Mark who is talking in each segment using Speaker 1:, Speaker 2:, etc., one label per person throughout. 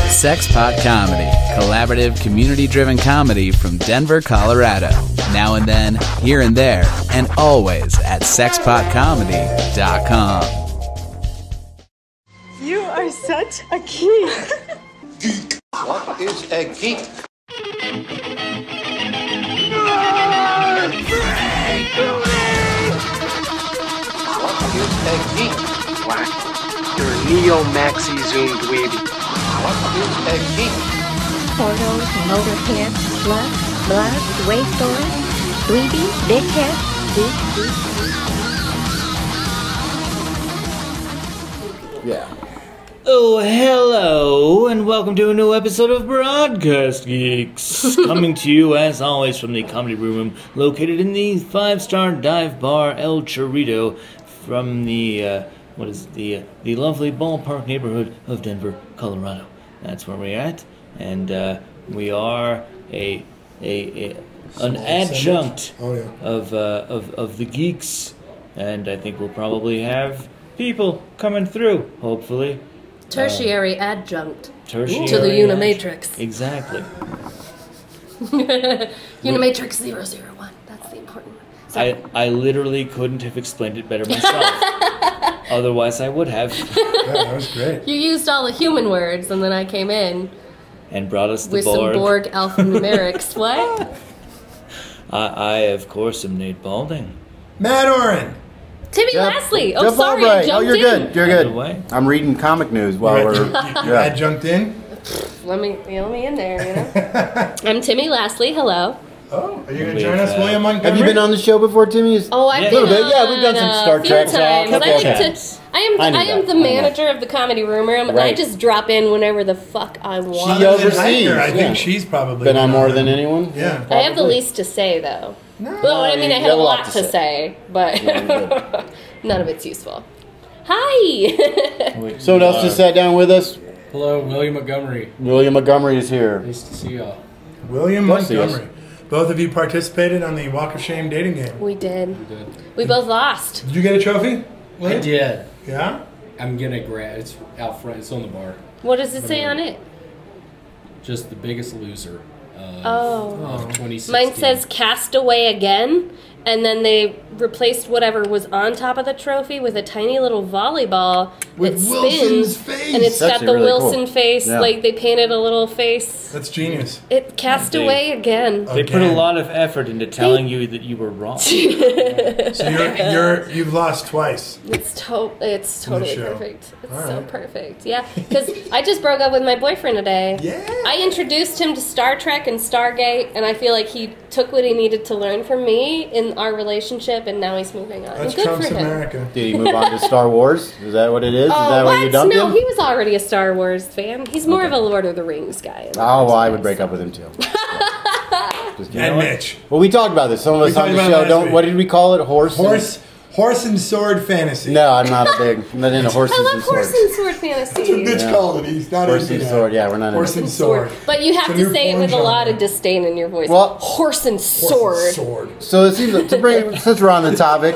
Speaker 1: Sexpot Comedy, collaborative, community driven comedy from Denver, Colorado. Now and then, here and there, and always at sexpotcomedy.com.
Speaker 2: You are such a geek.
Speaker 3: What is a geek? What is a geek?
Speaker 4: You're a neo maxi zoom dweeby.
Speaker 3: What is a geek?
Speaker 5: Portals, motorhead, slut, blood, wasteoid, dweeby, dickhead, geek, geek,
Speaker 6: Oh, hello, and welcome to a new episode of Broadcast Geeks. Coming to you, as always, from the Comedy Room, located in the five star dive bar El Chorrito, from the, uh, what is it, the, uh, the lovely ballpark neighborhood of Denver, Colorado. That's where we're at, and uh, we are a, a, a an adjunct of, uh, of, of the geeks, and I think we'll probably have people coming through, hopefully
Speaker 7: tertiary adjunct
Speaker 6: tertiary
Speaker 7: to the
Speaker 6: action.
Speaker 7: Unimatrix.
Speaker 6: Exactly.
Speaker 7: Unimatrix 001. That's the important one.
Speaker 6: I, I literally couldn't have explained it better myself. Otherwise, I would have.
Speaker 7: You used all the human words, and then I came in
Speaker 6: And brought us the
Speaker 7: with some
Speaker 6: Borg.
Speaker 7: Borg alphanumerics. what?
Speaker 6: I, I, of course, am Nate Balding.
Speaker 8: Matt Oren.
Speaker 7: Timmy
Speaker 9: Jeff-
Speaker 7: Lastly. Oh,
Speaker 9: Jeff
Speaker 7: sorry,
Speaker 9: Albright.
Speaker 7: I jumped
Speaker 9: Oh, you're
Speaker 7: in.
Speaker 9: good. You're good.
Speaker 6: Either way.
Speaker 9: I'm reading comic news while
Speaker 8: You're-
Speaker 9: we're.
Speaker 8: You're
Speaker 9: yeah.
Speaker 8: adjunct in.
Speaker 7: Let me let me in there. You know. I'm Timmy Lastly. Hello.
Speaker 8: Oh, are you going
Speaker 6: Wait,
Speaker 8: to join us,
Speaker 6: uh,
Speaker 8: William Montgomery?
Speaker 9: Have you been on the show before, Timmy? Is-
Speaker 7: Oh, I've
Speaker 6: Yeah.
Speaker 7: been
Speaker 6: Little
Speaker 9: bit, yeah, we've done
Speaker 7: on
Speaker 9: some
Speaker 7: a
Speaker 9: Star
Speaker 7: few
Speaker 9: Trek,
Speaker 7: times. I
Speaker 9: couple
Speaker 7: like
Speaker 6: times.
Speaker 7: to. I am
Speaker 6: I knew
Speaker 7: the, I am
Speaker 6: that.
Speaker 7: the
Speaker 6: I knew
Speaker 7: manager of the comedy room, and I
Speaker 9: Right.
Speaker 7: just drop in whenever the fuck I want.
Speaker 9: She
Speaker 8: Other than
Speaker 9: overseas,
Speaker 8: Riker, I
Speaker 9: yeah.
Speaker 8: think she's probably
Speaker 9: been on
Speaker 10: uh,
Speaker 9: more than anyone?
Speaker 8: Yeah.
Speaker 7: I have the least to say, though. No, well,
Speaker 9: No,
Speaker 7: I mean,
Speaker 9: you
Speaker 7: I have a lot, to, say, but
Speaker 9: Yeah,
Speaker 7: none of it's useful. Hi.
Speaker 9: Someone else just sat down with us.
Speaker 10: uh, Hello, William Montgomery.
Speaker 9: William Montgomery is here.
Speaker 10: Nice to see y'all.
Speaker 8: William
Speaker 9: Both of us.
Speaker 8: Montgomery. Both of you participated on the Walk of Shame dating game.
Speaker 7: we did. We both lost.
Speaker 8: Did you get a trophy?
Speaker 10: I did.
Speaker 8: Yeah?
Speaker 10: I'm gonna grab. It's out front. It's on the bar.
Speaker 7: What does it say on it?
Speaker 10: Just the biggest loser. Of,
Speaker 7: Oh.
Speaker 10: Of 2016.
Speaker 7: Mine says cast away again, and then they replaced whatever was on top of the trophy with a tiny little volleyball
Speaker 8: With
Speaker 7: that spins.
Speaker 8: Wilson's face.
Speaker 7: And it's
Speaker 9: That's
Speaker 7: got
Speaker 9: actually
Speaker 7: the
Speaker 9: really cool.
Speaker 7: Wilson face,
Speaker 9: Yeah.
Speaker 7: like they painted a little face.
Speaker 8: That's genius.
Speaker 7: It cast
Speaker 6: They-
Speaker 7: away again.
Speaker 6: They put a
Speaker 8: Again.
Speaker 6: lot of effort into telling you that you were wrong.
Speaker 8: So you're, you're, you've lost twice.
Speaker 7: It's to- it's
Speaker 8: the
Speaker 7: totally
Speaker 8: show.
Speaker 7: perfect. It's
Speaker 8: All
Speaker 7: so
Speaker 8: right.
Speaker 7: perfect. Yeah, because I just broke up with my boyfriend today.
Speaker 8: Yeah.
Speaker 7: I introduced him to Star Trek and Stargate, and I feel like he took what he needed to learn from me in our relationship, and now he's moving on.
Speaker 8: That's
Speaker 7: and good
Speaker 8: Trump's
Speaker 7: for him.
Speaker 8: America.
Speaker 9: Did he move on to Star Wars? Is that what it is?
Speaker 7: Oh,
Speaker 9: is that
Speaker 7: what?
Speaker 9: you dumped
Speaker 7: no,
Speaker 9: him?
Speaker 7: he was already a Star Wars fan. He's more of a Lord of the Rings guy.
Speaker 9: Oh, well, I would break up with him too. Just kidding.
Speaker 8: And Mitch.
Speaker 9: Well, we talk about this. Some of
Speaker 8: We
Speaker 9: us on the
Speaker 8: talked about it
Speaker 9: show
Speaker 8: last
Speaker 9: don't.
Speaker 8: week.
Speaker 9: What did we call it? Horse. and-
Speaker 8: Horse, horse and sword fantasy.
Speaker 9: No, I'm not a big. I'm not into horses
Speaker 7: I love
Speaker 9: and
Speaker 7: horse
Speaker 9: swords.
Speaker 7: and sword fantasy.
Speaker 8: Mitch called it. He's not
Speaker 9: Horse
Speaker 8: into
Speaker 9: and
Speaker 8: that.
Speaker 9: sword. Yeah, we're not.
Speaker 8: Horse
Speaker 9: into
Speaker 8: and sword.
Speaker 7: But you have
Speaker 8: It's a
Speaker 7: to
Speaker 8: new
Speaker 7: say it
Speaker 8: porn
Speaker 7: with a lot
Speaker 8: genre.
Speaker 7: of disdain in your voice.
Speaker 9: Well-
Speaker 7: horse and sword.
Speaker 8: Horse and sword.
Speaker 9: So it seems to bring since we're on the topic,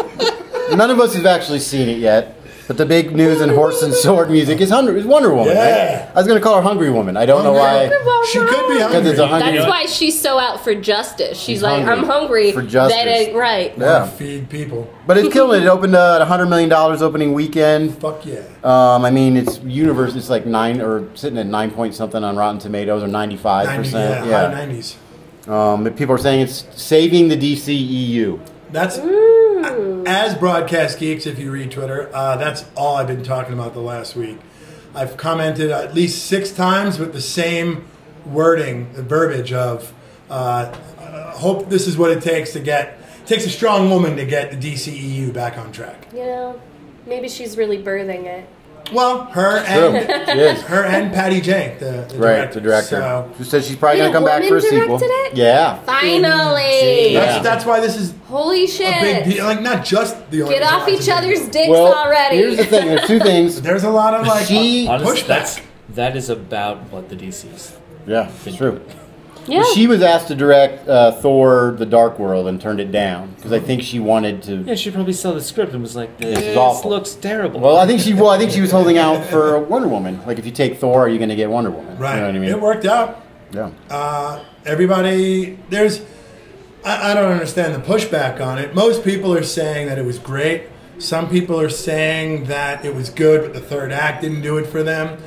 Speaker 9: none of us have actually seen it yet. But the big news in horse and sword music is Hunter is Wonder Woman.
Speaker 8: Yeah.
Speaker 9: Right? I was gonna call her Hungry Woman. I don't know why.
Speaker 7: Well,
Speaker 8: She could be
Speaker 7: Oh, no.
Speaker 9: Because it's a
Speaker 8: hungry.
Speaker 9: hungry.
Speaker 7: That's why she's so out for justice. She's,
Speaker 9: She's
Speaker 7: like,
Speaker 9: hungry
Speaker 7: I'm hungry.
Speaker 9: for justice.
Speaker 7: That ain't right.
Speaker 9: Yeah.
Speaker 8: Feed people.
Speaker 9: But it's killing it. It opened uh, at $100 million opening weekend.
Speaker 8: Fuck yeah.
Speaker 9: Um, I mean, it's universe. It's like nine or sitting at nine point something on Rotten Tomatoes or 95%.
Speaker 8: 90, yeah, High 90s.
Speaker 9: Um, but people are saying it's saving the E DCEU.
Speaker 8: That's as broadcast geeks. If you read Twitter, uh, that's all I've been talking about the last week. I've commented at least six times with the same wording, the verbiage of uh, I "Hope this is what it takes to get." Takes a strong woman to get the DCEU back on track.
Speaker 7: You know, maybe she's really birthing it.
Speaker 8: Well, her
Speaker 9: Boom.
Speaker 8: and
Speaker 9: It is.
Speaker 8: her and Patty Jank, the, the
Speaker 9: Right, the director.
Speaker 8: So
Speaker 9: Who says she's probably
Speaker 7: Wait,
Speaker 9: going to come
Speaker 7: a
Speaker 9: back for a
Speaker 7: woman
Speaker 9: sequel.
Speaker 7: directed it?
Speaker 9: Yeah.
Speaker 7: Finally!
Speaker 9: Yeah.
Speaker 8: that's, that's why this is
Speaker 7: Holy
Speaker 8: a big
Speaker 7: shit!
Speaker 8: deal. Like not just the
Speaker 7: Get off each other's dicks
Speaker 9: Well,
Speaker 7: already.
Speaker 9: here's the thing. There's two things.
Speaker 8: There's a lot of like
Speaker 9: She-
Speaker 8: pushback.
Speaker 6: Honestly, that's, that is about what the DC's.
Speaker 9: Yeah, it's true.
Speaker 7: Yeah.
Speaker 9: She was asked to direct uh, Thor: The Dark World and turned it down because I think she wanted to.
Speaker 6: Yeah, she probably saw the script and was like,
Speaker 9: This
Speaker 6: "This,
Speaker 9: is awful."
Speaker 6: looks terrible."
Speaker 9: Well, I think she. Well, I think she was holding out for Wonder Woman. Like, if you take Thor, are you going to get Wonder Woman?
Speaker 8: Right.
Speaker 9: You know what I mean?
Speaker 8: It worked out.
Speaker 9: Yeah.
Speaker 8: Uh, everybody, there's, I, I don't understand the pushback on it. Most people are saying that it was great. Some people are saying that it was good, but the third act didn't do it for them.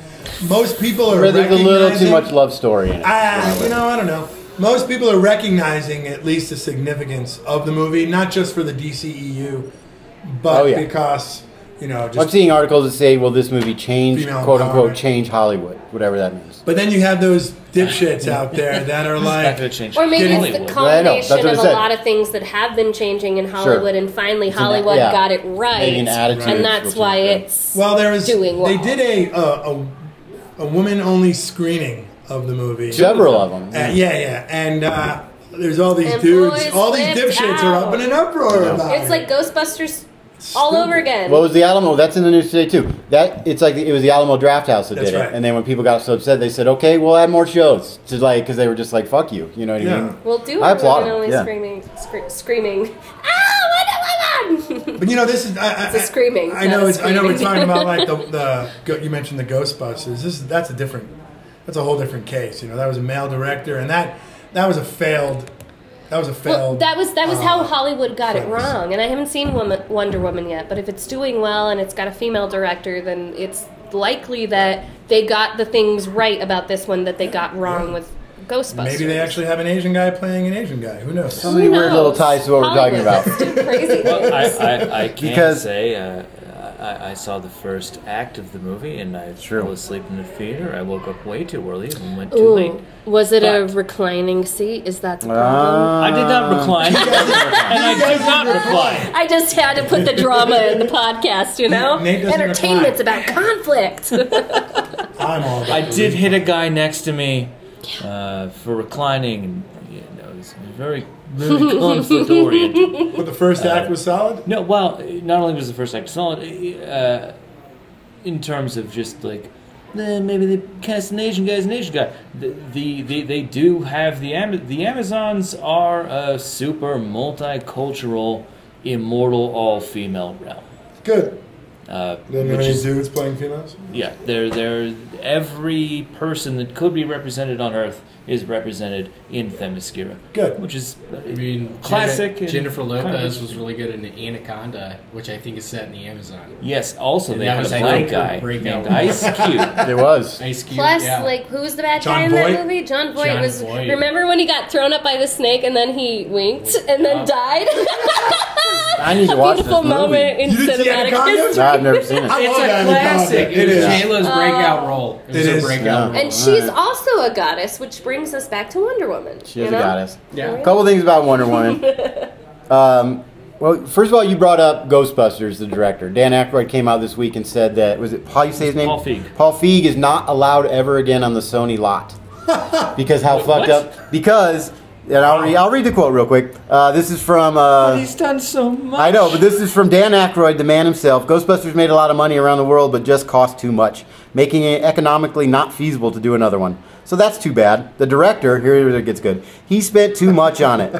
Speaker 8: Most people are
Speaker 9: Or there's a little too
Speaker 8: recognizing-
Speaker 9: much love story in it.
Speaker 8: Ah, you know, I don't know. Most people are recognizing at least the significance of the movie, not just for the DCEU, but
Speaker 9: Oh, yeah.
Speaker 8: because, you know, just.
Speaker 9: I'm seeing articles that say, "Will this movie change
Speaker 8: Female
Speaker 9: quote unquote
Speaker 8: empowerment.
Speaker 9: change Hollywood?" Whatever that means.
Speaker 8: But then you have those dipshits out there that are like.
Speaker 7: Or maybe it's the
Speaker 9: I know, that's
Speaker 7: combination
Speaker 9: what I
Speaker 7: of a
Speaker 9: said.
Speaker 7: lot of things that have been changing in Hollywood, and finally
Speaker 9: It's an-
Speaker 7: Hollywood
Speaker 9: yeah.
Speaker 7: got it right,
Speaker 9: Maybe an attitude
Speaker 7: and
Speaker 9: was
Speaker 7: that's why it's
Speaker 8: Well, there was.
Speaker 7: doing well.
Speaker 8: They did a a, a, a woman only screening of the movie.
Speaker 9: Several of them.
Speaker 8: Uh, yeah, yeah, and uh, there's all these
Speaker 7: And
Speaker 8: dudes,
Speaker 7: boys
Speaker 8: all these
Speaker 7: flipped
Speaker 8: dipshits are up
Speaker 7: out.
Speaker 8: in an uproar
Speaker 9: Yeah.
Speaker 8: about
Speaker 7: It's
Speaker 8: it.
Speaker 7: like Ghostbusters all over again.
Speaker 9: What was the Alamo? Oh, That's in the news today too. That it's like it was the Alamo Draft House that
Speaker 8: That's
Speaker 9: did it,
Speaker 8: right.
Speaker 9: and then when people got so upset, they said, "Okay, we'll add more shows," to like because they were just like, "Fuck you," you know what I
Speaker 8: Yeah.
Speaker 9: mean?
Speaker 7: We'll do
Speaker 9: I
Speaker 7: I
Speaker 9: applaud
Speaker 7: women
Speaker 9: them,
Speaker 7: only
Speaker 9: yeah.
Speaker 7: screaming, scre- screaming. Ah, Wonder Woman!
Speaker 8: But you know, this is I, I,
Speaker 7: It's a screaming,
Speaker 8: I know.
Speaker 7: not a
Speaker 8: It's, I know. We're
Speaker 7: screaming.
Speaker 8: talking about like the, the go- you mentioned the Ghostbusters. This is that's a different, that's a whole different case. You know, that was a male director, and that that was a failed, that was a
Speaker 7: well,
Speaker 8: failed.
Speaker 7: that was that was how Hollywood got it
Speaker 8: premise.
Speaker 7: wrong, and I haven't seen Woman, Wonder Woman yet. But if it's doing well and it's got a female director, then it's likely that they got the things right about this one that they got wrong with Ghostbusters.
Speaker 8: Maybe they actually have an Asian guy playing an Asian guy. Who knows?
Speaker 9: So many weird
Speaker 7: knows?
Speaker 9: little ties to what we're talking about.
Speaker 7: Hollywood, let's do crazy
Speaker 6: Well, I,
Speaker 7: things.
Speaker 6: I, I can
Speaker 9: Because-
Speaker 6: say uh, I, I saw the first act of the movie and I fell asleep in the theater. I woke up way too early and went too late.
Speaker 7: Ooh, was it a
Speaker 6: But-
Speaker 7: reclining seat? Is that the problem?
Speaker 9: Ah.
Speaker 6: I did not recline, and I did not recline.
Speaker 7: I just had to put the drama in the podcast, you know?
Speaker 8: Nate doesn't
Speaker 7: Entertainment's about conflict.
Speaker 8: I'm all. About
Speaker 6: I
Speaker 8: the
Speaker 6: did hit a guy next to me uh, for reclining, and you know, it was very, very conflict oriented.
Speaker 8: But the first
Speaker 6: Uh,
Speaker 8: act was solid.
Speaker 6: No, well, not only was the first act solid, uh, in terms of just like. eh, Maybe they cast an Asian guy as an Asian guy. The, the, the they do have the Ama- the Amazons are a super multicultural, immortal, all female realm.
Speaker 8: Good.
Speaker 6: Uh,
Speaker 8: Then there
Speaker 6: which
Speaker 8: are any
Speaker 6: is
Speaker 8: dudes playing females.
Speaker 6: Yeah, they're, they're, every person that could be represented on Earth is represented in Themyscira.
Speaker 8: Good.
Speaker 6: Which is uh,
Speaker 10: I mean,
Speaker 6: Classic
Speaker 10: Jennifer,
Speaker 6: and-
Speaker 10: Jennifer Lopez was really good in Anaconda, which I think is set in the Amazon.
Speaker 6: yes, also
Speaker 10: And
Speaker 6: they
Speaker 10: that
Speaker 6: had a
Speaker 10: was how
Speaker 6: black
Speaker 10: they
Speaker 6: guy
Speaker 10: break
Speaker 6: named
Speaker 10: out.
Speaker 6: Ice Cube.
Speaker 9: There was.
Speaker 10: Ice Cube.
Speaker 7: Plus,
Speaker 10: yeah.
Speaker 7: like, who's the bad
Speaker 8: John
Speaker 7: guy in
Speaker 8: Voight?
Speaker 7: that movie? John Voight
Speaker 10: John
Speaker 7: was.
Speaker 10: Voight.
Speaker 7: Remember when he got thrown up by the snake and then he winked and then died?
Speaker 9: I need to watch this
Speaker 7: Beautiful
Speaker 9: movie.
Speaker 7: moment in
Speaker 8: You didn't see
Speaker 7: cinematic
Speaker 8: Anaconda?
Speaker 7: history.
Speaker 9: No, I've never seen it.
Speaker 8: I
Speaker 10: it's
Speaker 8: love
Speaker 10: a
Speaker 8: that
Speaker 10: classic.
Speaker 8: Anaconda.
Speaker 10: It
Speaker 8: It
Speaker 10: was
Speaker 8: is.
Speaker 10: Jayla's
Speaker 7: Uh,
Speaker 10: breakout role. It was
Speaker 8: It
Speaker 10: her
Speaker 8: is.
Speaker 10: breakout
Speaker 9: Yeah.
Speaker 10: role.
Speaker 7: And she's also a goddess, which brings us back to Wonder Woman.
Speaker 9: She
Speaker 7: you
Speaker 9: is a
Speaker 7: know?
Speaker 9: goddess.
Speaker 10: Yeah.
Speaker 9: A couple things about Wonder Woman. um, well, first of all, you brought up Ghostbusters, the director. Dan Aykroyd came out this week and said that was it. How you say his name?
Speaker 6: Paul Feig.
Speaker 9: Paul Feig is not allowed ever again on the Sony lot because how fucked
Speaker 6: what?
Speaker 9: up. Because and I'll read. I'll read the quote real quick. Uh, this is from. Uh,
Speaker 6: He's done so much.
Speaker 9: I know, but this is from Dan Aykroyd, the man himself. Ghostbusters made a lot of money around the world, but just cost too much, making it economically not feasible to do another one. So that's too bad. The director, here it gets good. He spent too much on it.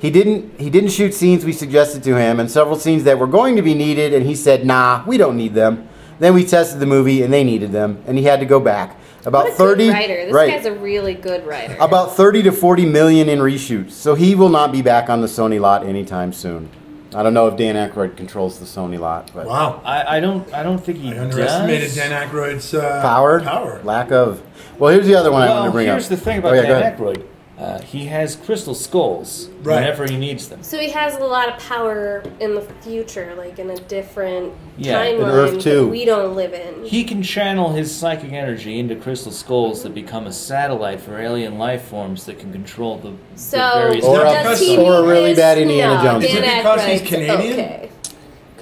Speaker 9: He didn't. He didn't shoot scenes we suggested to him, and several scenes that were going to be needed, and he said, "Nah, we don't need them." Then we tested the movie, and they needed them, and he had to go back. About
Speaker 7: What a
Speaker 9: thirty.
Speaker 7: good writer. This
Speaker 9: right.
Speaker 7: guy's a really good writer.
Speaker 9: About 30 to 40 million in reshoots. So he will not be back on the Sony lot anytime soon. I don't know if Dan Aykroyd controls the Sony lot, but
Speaker 8: Wow.
Speaker 6: I, I don't. I don't think he
Speaker 8: I underestimated
Speaker 6: does.
Speaker 8: Dan Aykroyd's uh,
Speaker 9: power,
Speaker 8: Power.
Speaker 9: lack of. Well, here's the other one I wanted
Speaker 6: Well,
Speaker 9: to bring
Speaker 6: here's
Speaker 9: up.
Speaker 6: the thing about
Speaker 9: Oh, yeah, go
Speaker 6: Dan
Speaker 9: ahead.
Speaker 6: Aykroyd. Uh, he has crystal skulls
Speaker 8: Right.
Speaker 6: whenever he needs them.
Speaker 7: So he has a lot of power in the future, like in a different
Speaker 6: Yeah, in
Speaker 7: timeline
Speaker 9: Earth too.
Speaker 7: that we don't live in.
Speaker 6: He can channel his psychic energy into crystal skulls that become a satellite for alien life forms that can control the, the
Speaker 7: so
Speaker 6: various.
Speaker 9: Or a-
Speaker 7: does he
Speaker 9: or a
Speaker 7: need
Speaker 9: really
Speaker 7: this?
Speaker 9: bad Indiana
Speaker 7: no,
Speaker 9: Jones.
Speaker 7: Dan
Speaker 9: Is
Speaker 8: it because he's
Speaker 7: Aykroyd's
Speaker 8: Canadian?
Speaker 7: Okay.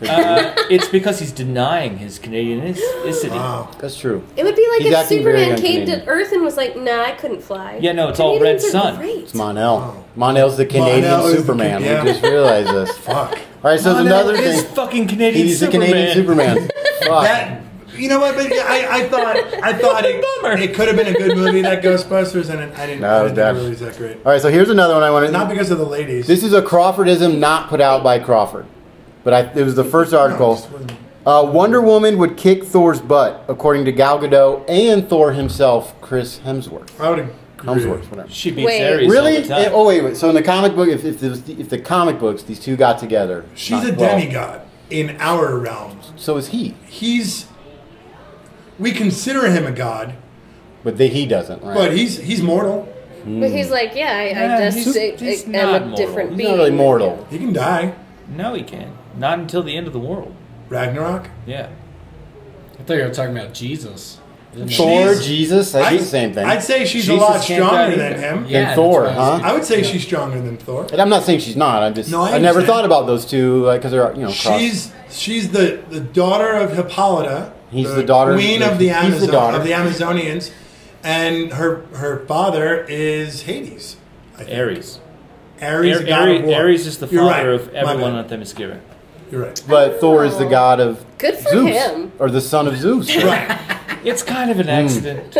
Speaker 6: Uh, it's because he's denying his Canadianicity.
Speaker 8: Wow.
Speaker 9: That's true.
Speaker 7: It would be like
Speaker 9: He's
Speaker 7: if
Speaker 9: acting very
Speaker 7: Superman came
Speaker 9: un-Canadian.
Speaker 7: to Earth and was like, "Nah, I couldn't fly."
Speaker 6: Yeah, no, it's all Red
Speaker 7: Canadians are
Speaker 6: Sun.
Speaker 7: Great.
Speaker 9: It's Monel. Monel's the Canadian
Speaker 8: Oh. Monel is the-
Speaker 9: Superman.
Speaker 8: yeah.
Speaker 9: We just realized this. All
Speaker 8: Fuck.
Speaker 9: right, so there's another
Speaker 6: Monel is
Speaker 9: thing.
Speaker 6: fucking Canadian
Speaker 9: He's the
Speaker 6: Superman.
Speaker 9: Canadian Superman. Fuck.
Speaker 8: That You know what? But I, I thought I thought it, it could have been a good movie that Ghostbusters, and it, I didn't.
Speaker 9: No,
Speaker 8: I didn't
Speaker 9: that-
Speaker 8: think it really was that great.
Speaker 9: All right, so here's another one I want to.
Speaker 8: Not because of the ladies.
Speaker 9: This is a Crawfordism not put out by Crawford, but I, it was the first article. Uh, Wonder Woman would kick Thor's butt, according to Gal Gadot and Thor himself, Chris Hemsworth.
Speaker 8: I would
Speaker 9: Hemsworth, whatever.
Speaker 6: She
Speaker 7: beats Wait. Ares all
Speaker 9: Really?
Speaker 6: the time.
Speaker 9: Eh, Oh wait, wait. So in the comic book, if if the, if the comic books these two got together,
Speaker 8: She's
Speaker 9: not-
Speaker 8: a
Speaker 9: well,
Speaker 8: demigod in our realm.
Speaker 9: So is he,
Speaker 8: He's we consider him a god,
Speaker 9: but the, he doesn't. Right?
Speaker 8: but he's he's mortal.
Speaker 7: But he's like, yeah, I,
Speaker 6: Yeah,
Speaker 7: I just
Speaker 6: he's-
Speaker 7: I-
Speaker 6: he's
Speaker 7: I-
Speaker 6: not
Speaker 7: am
Speaker 6: mortal.
Speaker 7: a different
Speaker 9: he's
Speaker 7: being.
Speaker 9: not really mortal.
Speaker 8: He can die.
Speaker 6: No, he can. Not until the end of the world.
Speaker 8: Ragnarok.
Speaker 6: Yeah.
Speaker 10: I thought you were talking about Jesus. Isn't that-
Speaker 9: Thor,
Speaker 8: She's-
Speaker 9: Jesus, that's
Speaker 8: I'd-
Speaker 9: the same thing.
Speaker 8: I'd say she's
Speaker 6: Jesus
Speaker 8: a lot
Speaker 6: can't die
Speaker 8: stronger
Speaker 6: either.
Speaker 8: than him.
Speaker 10: Yeah, that's
Speaker 9: Thor,
Speaker 10: what I was
Speaker 9: huh?
Speaker 10: thinking.
Speaker 8: I would say she's stronger than Thor.
Speaker 9: and I'm not saying she's not. I'm just.
Speaker 8: No, I
Speaker 9: I, never
Speaker 8: understand.
Speaker 9: thought about those two because they're you know. Cross.
Speaker 8: She's she's the, the daughter of Hippolyta.
Speaker 9: He's the daughter of-
Speaker 8: queen of the
Speaker 9: he's the
Speaker 8: Amazon
Speaker 9: daughter.
Speaker 8: of the Amazonians, and her her father is Hades. I think.
Speaker 6: Ares.
Speaker 8: Ares, the
Speaker 6: Ar-
Speaker 8: god
Speaker 6: Ares,
Speaker 8: of war.
Speaker 6: Ares is the
Speaker 8: You're
Speaker 6: father
Speaker 8: right.
Speaker 6: of
Speaker 8: My
Speaker 6: everyone
Speaker 8: bad.
Speaker 6: on Themyscira.
Speaker 8: You're right.
Speaker 9: But Thor is the
Speaker 7: Oh.
Speaker 9: god of
Speaker 7: Good for
Speaker 9: Zeus,
Speaker 7: him.
Speaker 9: or the son of Zeus.
Speaker 8: Right.
Speaker 6: It's kind of an
Speaker 9: Hmm.
Speaker 6: accident.